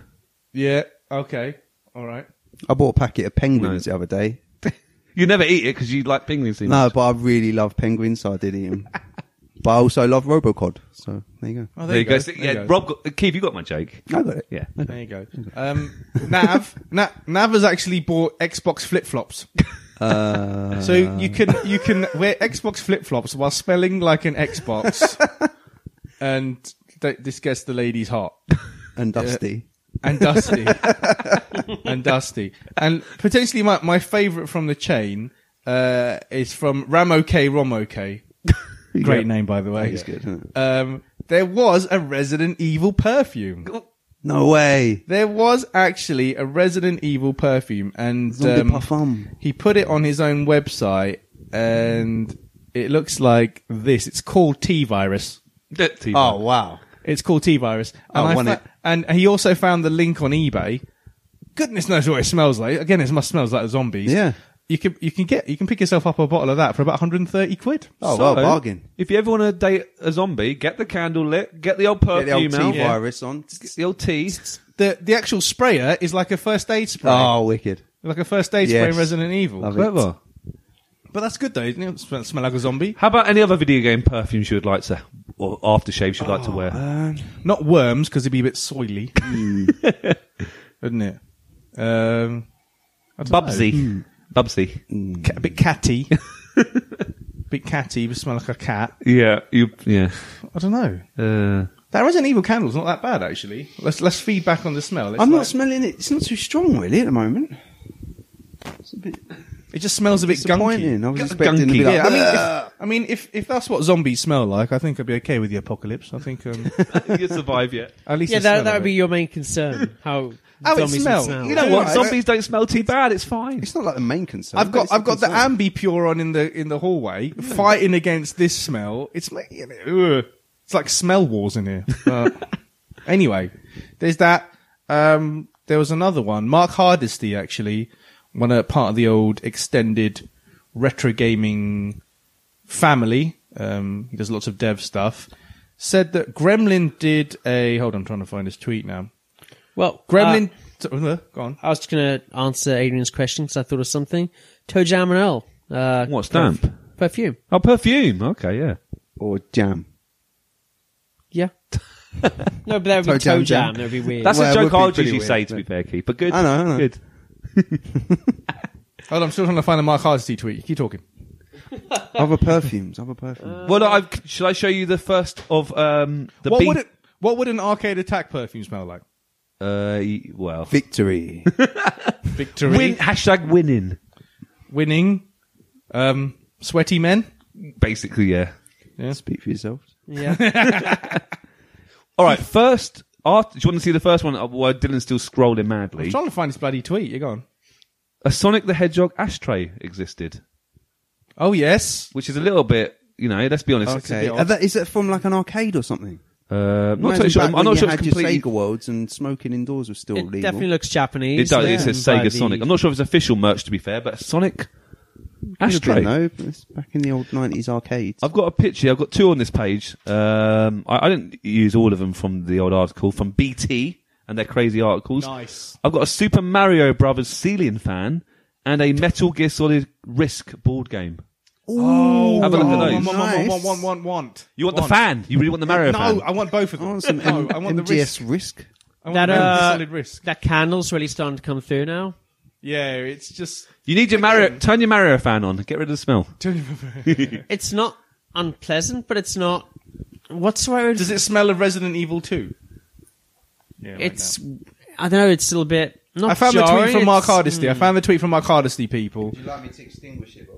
S1: Yeah. Okay. All right.
S4: I bought a packet of penguins
S5: No.
S4: the other day.
S5: You never eat it because you like penguins. too
S4: No,
S5: much.
S4: but I really love penguins, so I did eat them. but I also love Robocod, so there you go.
S1: Oh,
S5: there you go. So,
S1: There
S5: yeah,
S1: you go.
S5: Rob, got, Keith, you got my joke.
S4: I got it.
S5: Yeah.
S1: There you go. Um, Nav, Na- Nav has actually bought Xbox flip flops,
S4: Uh,
S1: so you can you can wear Xbox flip flops while spelling like an Xbox, and th- this gets the ladies hot
S4: and Dusty.
S1: and dusty and dusty, and potentially my my favorite from the chain uh, is from Ramo K Romo K. Great name, by the way.
S4: He's good, isn't it?
S1: Um, there was a Resident Evil perfume.
S4: No way.
S1: There was actually a Resident Evil perfume, and
S4: Zombie
S1: um,
S4: parfum.
S1: he put it on his own website, and it looks like this. It's called T Virus.
S5: Dirty.
S4: Oh, wow.
S1: It's called T Virus.
S4: I want it.
S1: And he also found the link on eBay. Goodness knows what it smells like. Again, it must smells like zombies.
S4: Yeah.
S1: You can you can get you can pick yourself up a bottle of that for about 130 quid.
S4: Oh, well, bargain.
S5: If you ever want to date a zombie, get the candle lit, get the old
S4: Get
S5: perfume
S4: the old T
S5: out,
S4: virus on.
S5: get the old tea.
S1: The the actual sprayer is like a first aid spray.
S4: Oh, wicked.
S1: Like a first aid spray
S4: Yes.
S1: in Resident Evil.
S4: Love it.
S5: Clever.
S1: But that's good though. You know, smell, smell like a zombie.
S5: How about any other video game perfumes you would like to, or aftershaves you'd
S4: Oh,
S5: like to wear?
S1: Not worms because it'd be a bit soily,
S4: Hmm.
S1: wouldn't it? Um, I don't
S5: Bubsy.
S4: Hmm.
S5: Bubsy.
S1: know. Ca- a bit catty, bit catty. Would smell like a cat.
S5: Yeah. You. Yeah.
S1: I don't know.
S5: Uh,
S1: That Resident Evil candle's not that bad actually. Let's let's feedback on the smell. It's
S4: I'm
S1: like-
S4: not smelling it. It's not too strong, really, at the moment. It's a bit
S1: It just smells a bit gunky.
S4: disappointing. I was
S5: Gu-
S4: expecting to
S5: gunky.
S4: be like,
S1: Yeah, I mean, if, I mean, if if that's what zombies smell like, I think I'd be okay with the apocalypse. I think um,
S5: you survive yet.
S1: at least
S3: Yeah,
S1: the
S3: that
S1: smell
S3: that
S1: of
S3: would be
S1: it.
S3: your main concern. How
S1: How it
S3: zombies would
S1: smell.
S3: smell.
S5: You know
S1: Yeah,
S5: what?
S1: I-
S5: Zombies don't smell too bad. It's fine.
S4: It's not like the main concern.
S1: I've
S4: but
S1: got
S4: it's
S1: I've got the
S4: concern.
S1: ambipure on in the in the hallway, fighting against this smell. It's like you know, ugh. it's like smell wars in here. But anyway, there's that. Um, there was another one. Mark Hardesty actually, one a part of the old extended retro gaming family. Um, he does lots of dev stuff. Said that Gremlin did a. Hold on, I'm trying to find his tweet now.
S3: Well,
S1: Gremlin.
S3: uh,
S1: uh, go on.
S3: I was just going to answer Adrian's question because I thought of something. Toe Jam and Earl. Uh,
S5: What, stamp?
S3: perf- Perfume.
S5: Oh, perfume. Okay. Yeah.
S4: or jam.
S3: Yeah. no, but that would be
S4: Toe
S3: Toe
S4: Jam
S3: Jam.
S4: Jam.
S3: That would be weird.
S5: That's
S4: Well,
S5: a
S4: it would
S5: joke
S4: be
S5: I would
S4: pretty
S5: usually
S4: weird,
S5: say, to be fair, Keith. But good.
S4: I know, I know.
S5: Good.
S1: Hold on, I'm still trying to find the Mark Hardesty tweet. Keep talking.
S4: Other perfumes, other
S1: Uh,
S4: perfumes.
S5: Well, I've, should I show you the first of um, the
S1: what
S5: bee-
S1: would it, what would an arcade attack perfume smell like?
S5: Uh, y- well,
S4: Victory.
S1: Victory,
S5: win, hashtag winning.
S1: winning, um, sweaty men.
S5: Basically, yeah.
S4: Speak for yourselves.
S3: yeah.
S5: All right, first. After, do you want to see the first one uh, while Dylan's still scrolling madly?
S1: I'm trying to find this bloody tweet. You're gone.
S5: A Sonic the Hedgehog ashtray existed,
S1: Oh yes,
S5: which is a little bit, you know, let's be honest.
S4: Okay.
S1: bit
S4: Are
S1: odd.
S4: that, is that from like an arcade or something?
S5: Uh, I'm not
S4: Imagine
S5: totally sure.
S4: back
S5: I'm
S4: when
S5: not
S4: you
S5: sure
S4: had
S5: it's
S4: your Sega
S5: completely.
S4: Worlds and smoking indoors was still
S3: It
S4: legal.
S3: definitely looks Japanese.
S5: It does.
S3: Yeah.
S5: It says
S3: By
S5: Sega
S3: the-
S5: Sonic. I'm not sure if it's official merch, to be fair, but a Sonic
S4: Should have
S5: ashtray.
S4: been, though. but it's back in the old 90s arcades.
S5: I've got a picture. I've got two on this page. Um, I, I didn't use all of them from the old article from BT and their crazy articles.
S1: Nice.
S5: I've got a Super Mario Brothers Celian fan and a Metal Gear Solid Risk board game. Oh, have a look
S1: Oh, want,
S5: at those.
S1: want, want,
S4: Nice.
S1: want, want, want, want.
S5: You want
S1: Want.
S5: the fan? You really want the Mario
S1: no,
S5: fan?
S1: I want both of them.
S4: I want some
S1: no,
S4: M-
S1: I want the risk.
S4: MGS risk.
S1: I want
S3: That
S1: the
S3: uh,
S1: solid risk.
S3: that candle's really starting to come through now.
S1: Yeah, it's just
S5: you need your Mario. Turn your Mario fan on. Get rid of the smell.
S3: It's not unpleasant, but it's not. What's the right word?
S1: Does it smell of Resident Evil 2? Yeah, right
S3: it's I don't know. It's still a bit. Not
S1: now. I found the
S3: jarring,
S1: tweet from Mark
S3: it's-
S1: Hardesty. I found the tweet from Mark Hardesty people.
S4: Would you like me to extinguish it?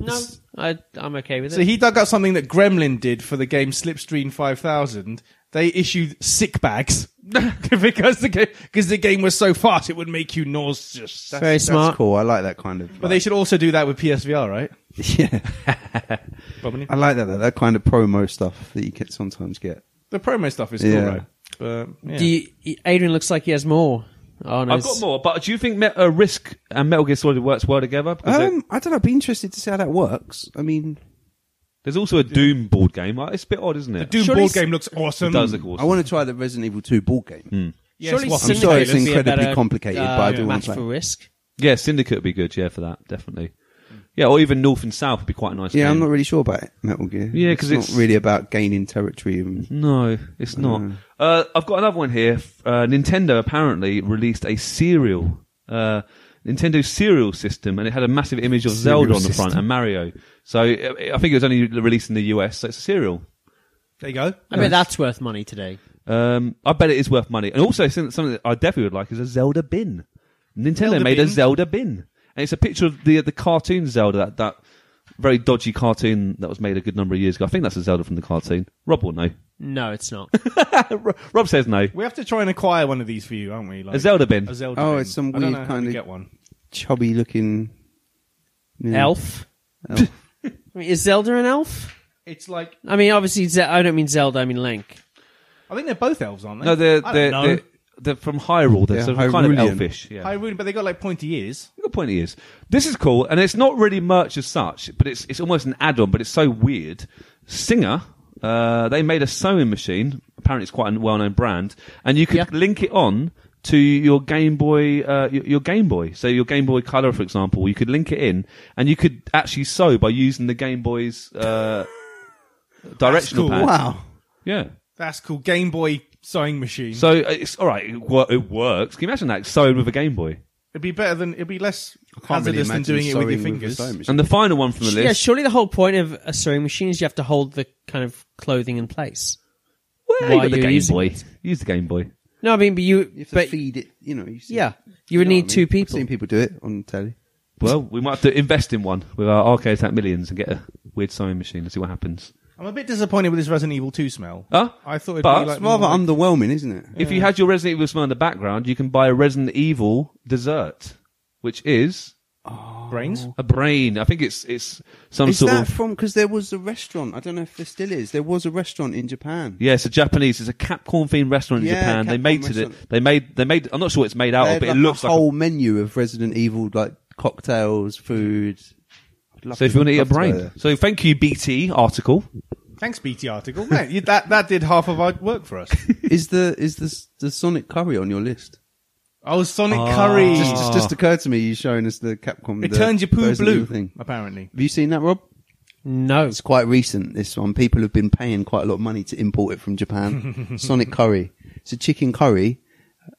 S3: No, I, I'm okay with it.
S1: So he dug up something that Gremlin did for the game Slipstream 5000. They issued sick bags because the game because the game was so fast it would make you nauseous.
S3: Very smart.
S4: That's cool. I like that kind of.
S1: But they should also do that with PSVR, right?
S4: yeah, I like that. That kind of promo stuff that you can sometimes get.
S1: The promo stuff is
S4: Yeah.
S1: cool, right? But yeah.
S3: Do you, Adrian looks like he has more. Oh no,
S5: I've got more, but do you think Met- uh, Risk and Metal Gear Solid works well together? Because
S4: Um, I don't know. I'd be interested to see how that works. I mean,
S5: there's also a Doom board game. Uh, It's a bit odd, isn't it?
S1: Doom
S3: Surely
S1: board
S3: s-
S1: game looks awesome.
S5: It does, of course.
S4: I want to try the Resident Evil 2 board game.
S1: Yes,
S3: Surely
S1: what-
S4: I'm sorry, it's
S3: Syndicate would be a
S4: incredibly
S3: better, uh,
S4: complicated, but I do want
S3: match
S4: to
S3: for
S4: play.
S3: risk.
S5: yeah, Syndicate would be good. Yeah, for that definitely. Yeah, or even North and South would be quite a nice.
S4: Yeah, I'm
S5: game.
S4: not really sure about it, Metal Gear.
S5: Yeah, 'cause it's-
S4: not really about gaining territory. And
S5: No, it's not. Uh, I've got another one here. F- Uh, Nintendo apparently released a serial, uh, Nintendo serial system, and it had a massive image of
S4: Serial
S5: Zelda on the front
S4: system.
S5: and Mario. So uh, I think it was only released in the US, so it's a serial.
S1: There you go.
S3: I bet that's worth money today.
S5: Um, I bet it is worth money. And also, something something that I definitely would like is a Zelda bin. Nintendo
S1: Zelda
S5: made a
S1: bin?
S5: Zelda bin, and it's a picture of the the cartoon Zelda that. that very dodgy cartoon that was made a good number of years ago. I think that's a Zelda from the cartoon. Rob will know.
S3: No, it's not.
S5: Rob says no.
S1: Uh, We have to try and acquire one of these for you, aren't we? Like,
S5: A Zelda bin.
S1: A Zelda
S4: Oh,
S1: bin.
S4: it's some
S1: I don't
S4: weird
S1: know how
S4: kind
S1: to
S4: of-
S1: get one.
S4: chubby looking you know,
S3: elf.
S4: elf.
S3: I mean, is Zelda an elf?
S1: It's like
S3: I mean, obviously, Ze- I don't mean Zelda. I mean Link.
S1: I think they're both elves, aren't they?
S5: No, they're
S1: I
S5: they're,
S1: don't know.
S5: they're they're from Hyrule. They're
S4: Yeah,
S5: sort of kind of
S4: Hyrulean.
S5: elfish. Yeah.
S1: Hyrule, but they got like pointy ears.
S5: The point is, this is cool, and it's not really merch as such, but it's it's almost an add-on. But it's so weird. Singer, uh, they made a sewing machine. Apparently, it's quite a well-known brand, and you could
S3: Yeah.
S5: link it on to your Game Boy, uh, your, your Game Boy. So your Game Boy Color, for example, you could link it in, and you could actually sew by using the Game Boy's uh, directional
S1: cool.
S5: pad.
S4: Wow.
S5: Yeah.
S1: That's cool. Game Boy sewing machine.
S5: So uh, it's all right. It, wor- it works. Can you imagine that sewing with a Game Boy?
S1: it'd be better than it'd be less
S4: Can't really
S1: hazardous than
S4: imagine
S1: doing it with your
S4: sewing
S1: fingers.
S4: a sewing machine.
S5: And the final one from the list.
S3: Yeah, surely the whole point of a sewing machine is you have to hold the kind of clothing in place.
S5: Well,
S3: Why
S5: you got
S3: are
S5: the
S3: you
S5: Game
S3: using
S5: Boy.
S3: it?
S5: Use the Game Boy.
S3: No, I mean, but you,
S4: You have to
S3: but
S4: feed it, you know. You see,
S3: yeah, you would
S4: know what I
S3: need
S4: mean?
S3: two
S4: I've
S3: people.
S4: seen people do it on telly.
S5: Well, we might have to invest in one with our arcade at millions and get a weird sewing machine and see what happens.
S1: I'm a bit disappointed with this Resident Evil 2 smell.
S5: Huh?
S1: I thought it'd
S5: But
S1: be like
S4: It's rather
S1: more like-
S4: underwhelming, isn't it?
S5: If you had your Resident Evil smell in the background, you can buy a Resident Evil dessert, which is
S1: brains.
S5: a brain. I think it's it's some
S4: Is
S5: sort
S4: that
S5: of
S4: from because there was a restaurant? I don't know if there still is. There was a restaurant in Japan.
S5: yeah, it's a Japanese. It's a Capcom themed restaurant in
S4: Yeah,
S5: Japan. they
S4: Capcom
S5: made to it.
S4: restaurant.
S5: They made they made. I'm not sure what it's made out
S4: They
S5: of,
S4: had,
S5: but
S4: like,
S5: it looks
S4: a
S5: like.
S4: whole menu of Resident Evil like cocktails, food. I'd love
S5: so if you want to eat a
S4: love go
S5: brain,
S4: there.
S5: so thank you BT article.
S1: Thanks, BT article. Man, you, that that did half of our work for us.
S4: is the is the the Sonic curry on your list?
S1: Oh, Sonic
S5: Ah.
S1: Curry.
S4: Just, it's just occurred to me you showing us the Capcom.
S1: it
S4: the
S1: turns your poo
S4: Resident
S1: blue.
S4: Evil Thing.
S1: Apparently,
S4: Have you seen that, Rob?
S3: no,
S4: It's quite recent. This one, people have been paying quite a lot of money to import it from Japan. Sonic curry. It's a chicken curry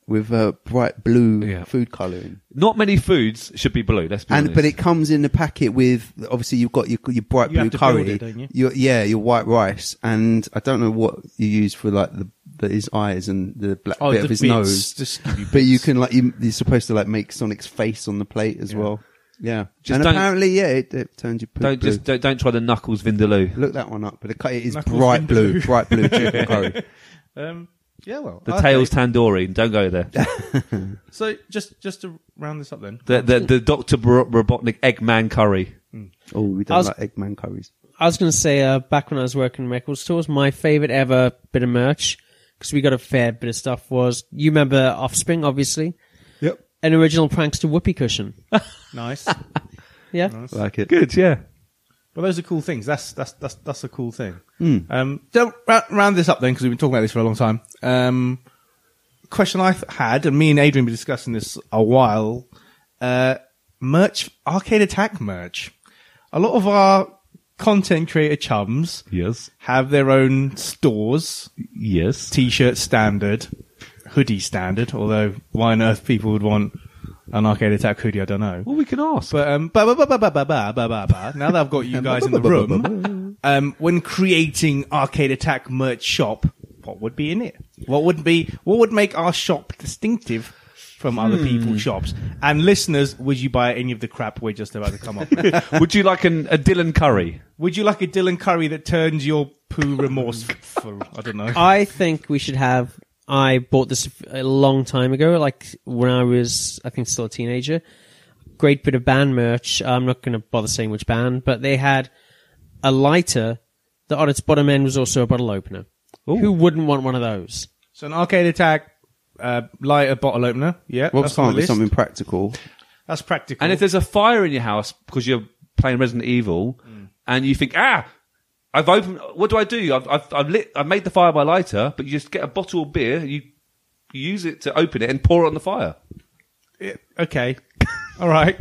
S4: with uh, bright blue
S5: Yeah.
S4: food coloring,
S5: Not many foods should be blue. Let's be
S4: and
S5: honest.
S4: but it comes in a packet with obviously you've got your, your bright
S1: You have
S4: blue
S1: to
S4: curry,
S1: build it, don't you?
S4: Your, yeah, your white rice, and I don't know what you use for like the, the his eyes and the black
S1: Oh,
S4: bit
S1: the
S4: of his
S1: bits.
S4: nose.
S1: Just give you
S4: but you can like you, you're supposed to like make Sonic's face on the plate as well. Yeah,
S5: Just
S4: and
S5: don't-
S4: apparently, yeah, it, it turns you poo
S5: don't
S4: blue.
S5: just don't, don't try the knuckles vindaloo.
S4: Look that one up, but it, it is
S1: Knuckles
S4: bright
S1: in
S4: blue,
S1: blue.
S4: bright blue chicken curry.
S1: um, yeah, well,
S5: The
S1: okay.
S5: tail's tandoori. Don't go there.
S1: So just just to round this up, then
S5: The the, the Doctor Robotnik Eggman curry.
S4: Oh, we don't
S3: I was-
S4: like Eggman curries.
S3: I was going to say uh, back when I was working in record stores, my favorite ever bit of merch because we got a fair bit of stuff was you remember Offspring, obviously.
S4: Yep.
S3: An original prankster whoopee cushion.
S1: nice.
S3: Yeah.
S4: Like it.
S5: Good, yeah.
S1: Well, those are cool things. That's that's that's that's a cool thing. Um, don't ra- round this up then, because we've been talking about this for a long time. Um, question I th- had, and me and Adrian were discussing this a while. Uh, merch, arcade attack merch. A lot of our content creator chums
S5: Yes.
S1: have their own stores,
S5: Yes.
S1: t-shirt standard, hoodie standard. Although why on earth people would want an arcade attack hoodie, I don't know.
S5: Well, we can ask.
S1: But um, ba ba ba ba ba ba ba ba ba ba. Now that I've got you guys in the room, um, when creating Arcade Attack merch shop, what would be in it? What would be? What would make our shop distinctive from other people's shops? And listeners, would you buy any of the crap we're just about to come up with?
S5: Would you like an, a Dylan Curry?
S1: would you like a Dylan Curry that turns your poo remorseful? I don't know.
S3: I think we should have. I bought this a long time ago, like when I was, I think, still a teenager. Great bit of band merch. I'm not going to bother saying which band, but they had a lighter that on its bottom end was also a bottle opener. Who wouldn't want one of those?
S1: So an Arcade Attack uh, lighter bottle opener. Yeah,
S4: What
S1: that's on
S4: can't
S1: the
S4: be
S1: list.
S4: something practical?
S1: That's practical.
S5: And if there's a fire in your house because you're playing Resident Evil, and you think, ah, I've opened. What do I do? I've, I've, I've lit. I've made the fire by lighter, but you just get a bottle of beer. You use it to open it and pour it on the fire.
S1: okay, all right.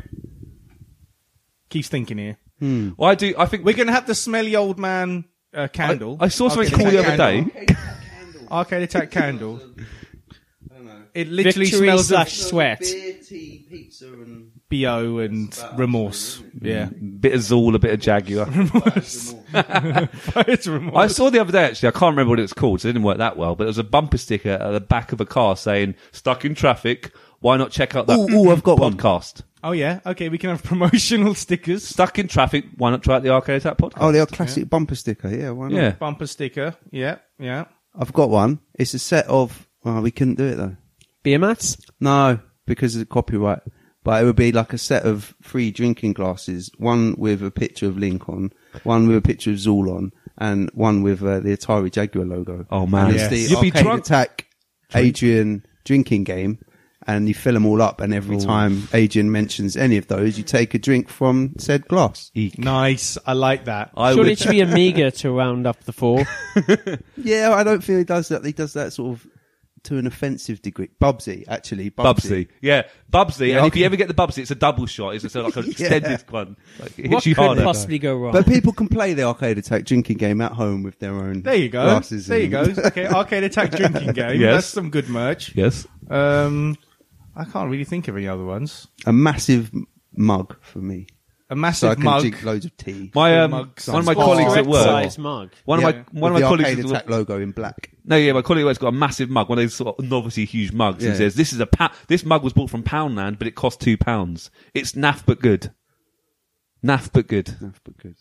S1: Keeps thinking here.
S5: Well, I do. I think
S1: We're going to have the smelly old man uh, candle.
S5: I saw something
S1: Arcade
S5: cool the
S1: Attack
S5: other day.
S1: candle. Arcade Attack candle. It literally
S3: Victory
S1: smells
S3: slash
S1: of
S3: sweat.
S4: tea, pizza, and
S1: bo and remorse. Yeah,
S5: Bit of Zool, a bit of Jaguar.
S1: it's remorse.
S5: Mm. I saw the other day actually. I can't remember what it was called, so it didn't work that well. But there was a bumper sticker at the back of a car saying "Stuck in traffic." Why not check out that
S4: Ooh, ooh, I've got one.
S5: podcast?
S1: Oh yeah, okay. We can have promotional stickers,
S5: Stuck in traffic. Why not try out the Arcade Attack podcast?
S4: Oh, the old classic bumper sticker. Oh, Yeah, why not?
S5: yeah.
S1: bumper sticker. Yeah, yeah.
S4: I've got one. It's a set of. Well, we couldn't do it though.
S3: Beer mats?
S4: No, because of the copyright. But it would be like a set of three drinking glasses, one with a picture of Lincoln, one with a picture of Zool on, and one with uh, the Atari Jaguar logo.
S5: Oh, man.
S4: And it's
S1: Yes.
S4: the
S5: You'd be
S4: Arcade
S5: drunk.
S4: Attack Adrian drinking game, and you fill them all up, and every time Adrian mentions any of those, you take a drink from said glass.
S1: Nice. I like that.
S5: I
S3: Surely
S5: would.
S3: it should be a meager to round up the four.
S4: Yeah, I don't feel he does that. He does that sort of to an offensive degree. Bubsy, actually. Bubsy.
S5: Bubsy. Yeah, Bubsy. and if
S4: okay.
S5: you ever get the Bubsy, it's a double shot. It's a- like an extended one. Like, it
S3: what
S5: hits you
S3: could
S5: harder.
S3: possibly go wrong?
S4: But people can play the arcade attack drinking game at home with their own.
S1: There you go.
S4: Glasses
S1: there you
S4: and-
S1: go. Okay, arcade attack drinking game.
S5: Yes.
S1: That's some good merch.
S5: Yes.
S1: Um, I can't really think of any other ones.
S4: A massive m- mug for me,
S1: A
S4: so I
S1: massive
S4: can
S1: mug.
S4: drink loads of tea.
S5: My um,
S1: mugs.
S5: one of my
S1: Small
S5: colleagues at
S3: Correct
S5: work.
S3: size mug.
S5: One
S4: Yeah,
S5: of my one
S4: with
S5: of my
S4: the
S5: colleagues
S4: arcade
S5: at work.
S4: attack logo in black.
S5: No, yeah, my colleague at work's got a massive mug, one of those sort of novelty huge mugs.
S4: Yeah.
S5: And says, "This is a pa- this mug was bought from Poundland, but it cost two pounds. It's naff but good. Naff but good.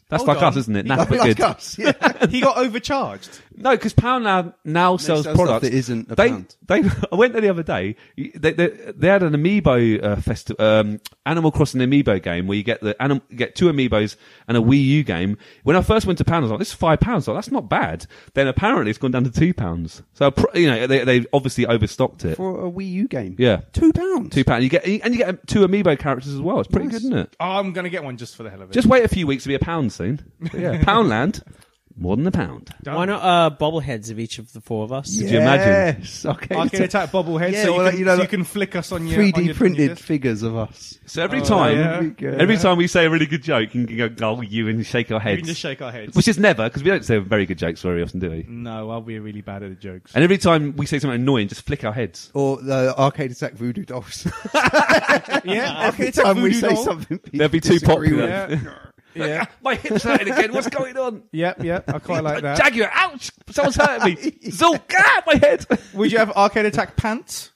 S5: That's
S1: Hold
S5: like us,
S1: on.
S5: isn't it? Naff but
S4: Like
S5: good.
S4: us, yeah.
S1: he got overcharged.
S5: No, because Poundland now sells,
S4: sell stuff
S5: products
S4: that isn't a
S5: they,
S4: pound.
S5: They, I went there the other day. They, they, they had an Amiibo uh, festival, um, Animal Crossing Amiibo game where you get the anim- you get two Amiibos and a Wii U game. When I first went to Pound, I was like, "This is five pounds. Like, that's not bad." Then apparently it's gone down to two pounds. So pr- you know they they obviously overstocked it.
S4: for a Wii U game.
S5: Yeah.
S4: two pounds.
S5: Two pound. You get and you get two amiibo characters as well. It's pretty
S4: Nice.
S5: good, isn't it?
S1: Oh, I'm gonna get one just for the hell of it.
S5: Just wait a few weeks to be a pound soon. But yeah, Poundland, more than a pound.
S3: Why not uh, bobbleheads of each of the four of us?
S5: Could you imagine?
S4: Yes, arcade,
S1: Arcade Attack bobblehead,
S4: Yeah,
S1: so, you
S4: well,
S1: can,
S4: you know,
S1: so you
S4: like
S1: can flick us on your
S4: Three
S1: on
S4: D
S1: your-
S4: printed
S1: on your-
S4: figures of us.
S5: So every
S1: Oh,
S5: time,
S1: yeah.
S5: every time we say a really good joke, you can go, "Oh, you," and shake our
S1: We
S5: heads,
S1: can just shake Mm. our heads.
S5: which is never because we don't say very good jokes very often, do we?
S1: no, I'll be really bad at the jokes.
S5: And every time we say something annoying, just flick our heads.
S4: Or the arcade attack voodoo dolls.
S1: yeah,
S4: Every
S1: it's a
S4: time we
S1: voodoo
S4: say
S1: doll.
S4: something, people
S5: They'd be too
S4: disagree
S5: popular.
S4: with.
S1: Yeah, yeah,
S5: "Ah, My hips hurting again. What's going on?
S1: yeah, yeah. I quite like that.
S5: Jaguar, ouch! Someone's hurting me. Zool, ah, my head.
S1: Would you have Arcade Attack pants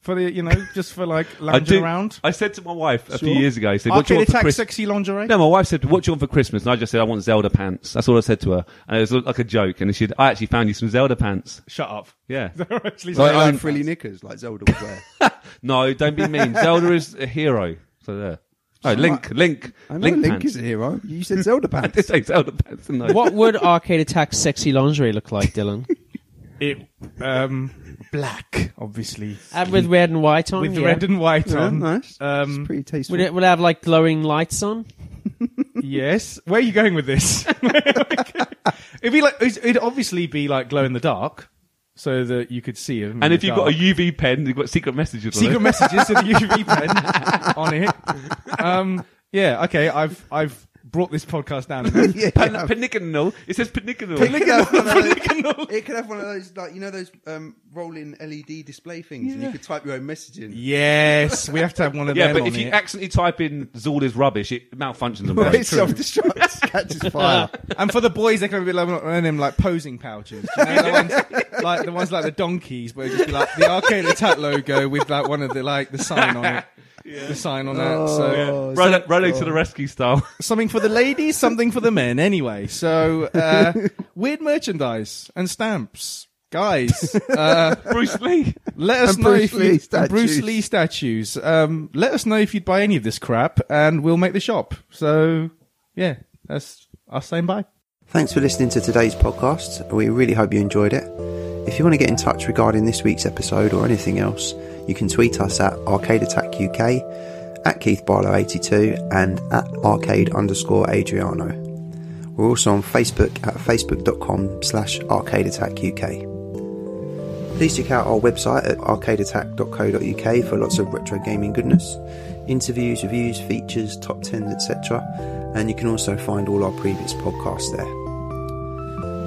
S1: for the you know just for like lounging
S5: do-
S1: around?
S5: I said to my wife a few
S1: Sure.
S5: years ago, I said, "What do
S1: Arcade
S5: you want for
S1: Attack
S5: Christmas?"
S1: sexy lingerie.
S5: No, my wife said, "What do you want for Christmas?" And I just said, "I want Zelda pants." That's all I said to her, and it was like a joke. And she, I actually found you some Zelda pants.
S1: Shut up.
S5: Yeah,
S1: They're actually
S4: Like,
S1: Zelda
S4: like
S1: pants.
S4: frilly knickers, like Zelda would wear.
S5: no, don't be mean. Zelda is a hero. So there. Oh, Link, Link,
S4: I know
S5: Link,
S4: Link,
S5: pants.
S4: is a hero. You said Zelda
S5: I
S4: pants.
S5: did say Zelda pants. didn't I?
S3: What would Arcade Attack's sexy lingerie look like, Dylan?
S1: It um black obviously
S3: and Uh, with red and white on.
S1: with
S3: yeah.
S1: red and white
S4: Oh, Yeah,
S1: on.
S4: nice.
S1: Um,
S4: it's pretty tasteful.
S3: would it would it have like glowing lights on?
S1: Yes. Where are you going with this? it'd be like it'd obviously be like glow in the dark, so that you could see it.
S5: And if you've got a UV pen, you've got secret messages. on
S1: secret
S5: it.
S1: messages with a UV pen on it, um, yeah. Okay, I've I've brought this podcast down.
S3: Yeah,
S5: Pan-
S3: yeah.
S5: Panicanal. It says panicanal.
S3: It could have one of those- it could have one of those, like you know, those um, rolling LED display things, and you could type your own message in.
S1: yes, we have to have one of
S5: yeah,
S1: them
S5: but
S1: on
S5: if you
S1: here.
S5: accidentally type in Zord is rubbish, it malfunctions and
S3: It
S5: breaks.
S3: self-destructs, catches fire.
S1: and for the boys, they're going to be like, wearing them like posing pouches. You know, the ones, like the ones like the donkeys, where it'd just be like the arcade attack logo with like one of the like the sign on it, the sign on that. So
S5: Rolo, Rolo to the rescue style.
S1: something for the ladies, something for the men. Anyway, so uh, weird merchandise and stamps, guys. Uh,
S5: Bruce Lee.
S1: let us
S3: And
S1: know
S3: Bruce
S1: if
S3: Lee
S1: you,
S3: statues.
S1: Bruce Lee statues. Um, let us know if you'd buy any of this crap, and we'll make the shop. So yeah, that's us saying bye.
S4: Thanks for listening to today's podcast. We really hope you enjoyed it. If you want to get in touch regarding this week's episode or anything else, you can tweet us at Arcade Attack UK, at Keith Barlow 82, and at arcade underscore Adriano. We're also on Facebook at facebook.com slash arcade attack UK. Please check out our website at arcadeattack.co.uk for lots of retro gaming goodness, interviews, reviews, features, top 10s, etc. And you can also find all our previous podcasts there.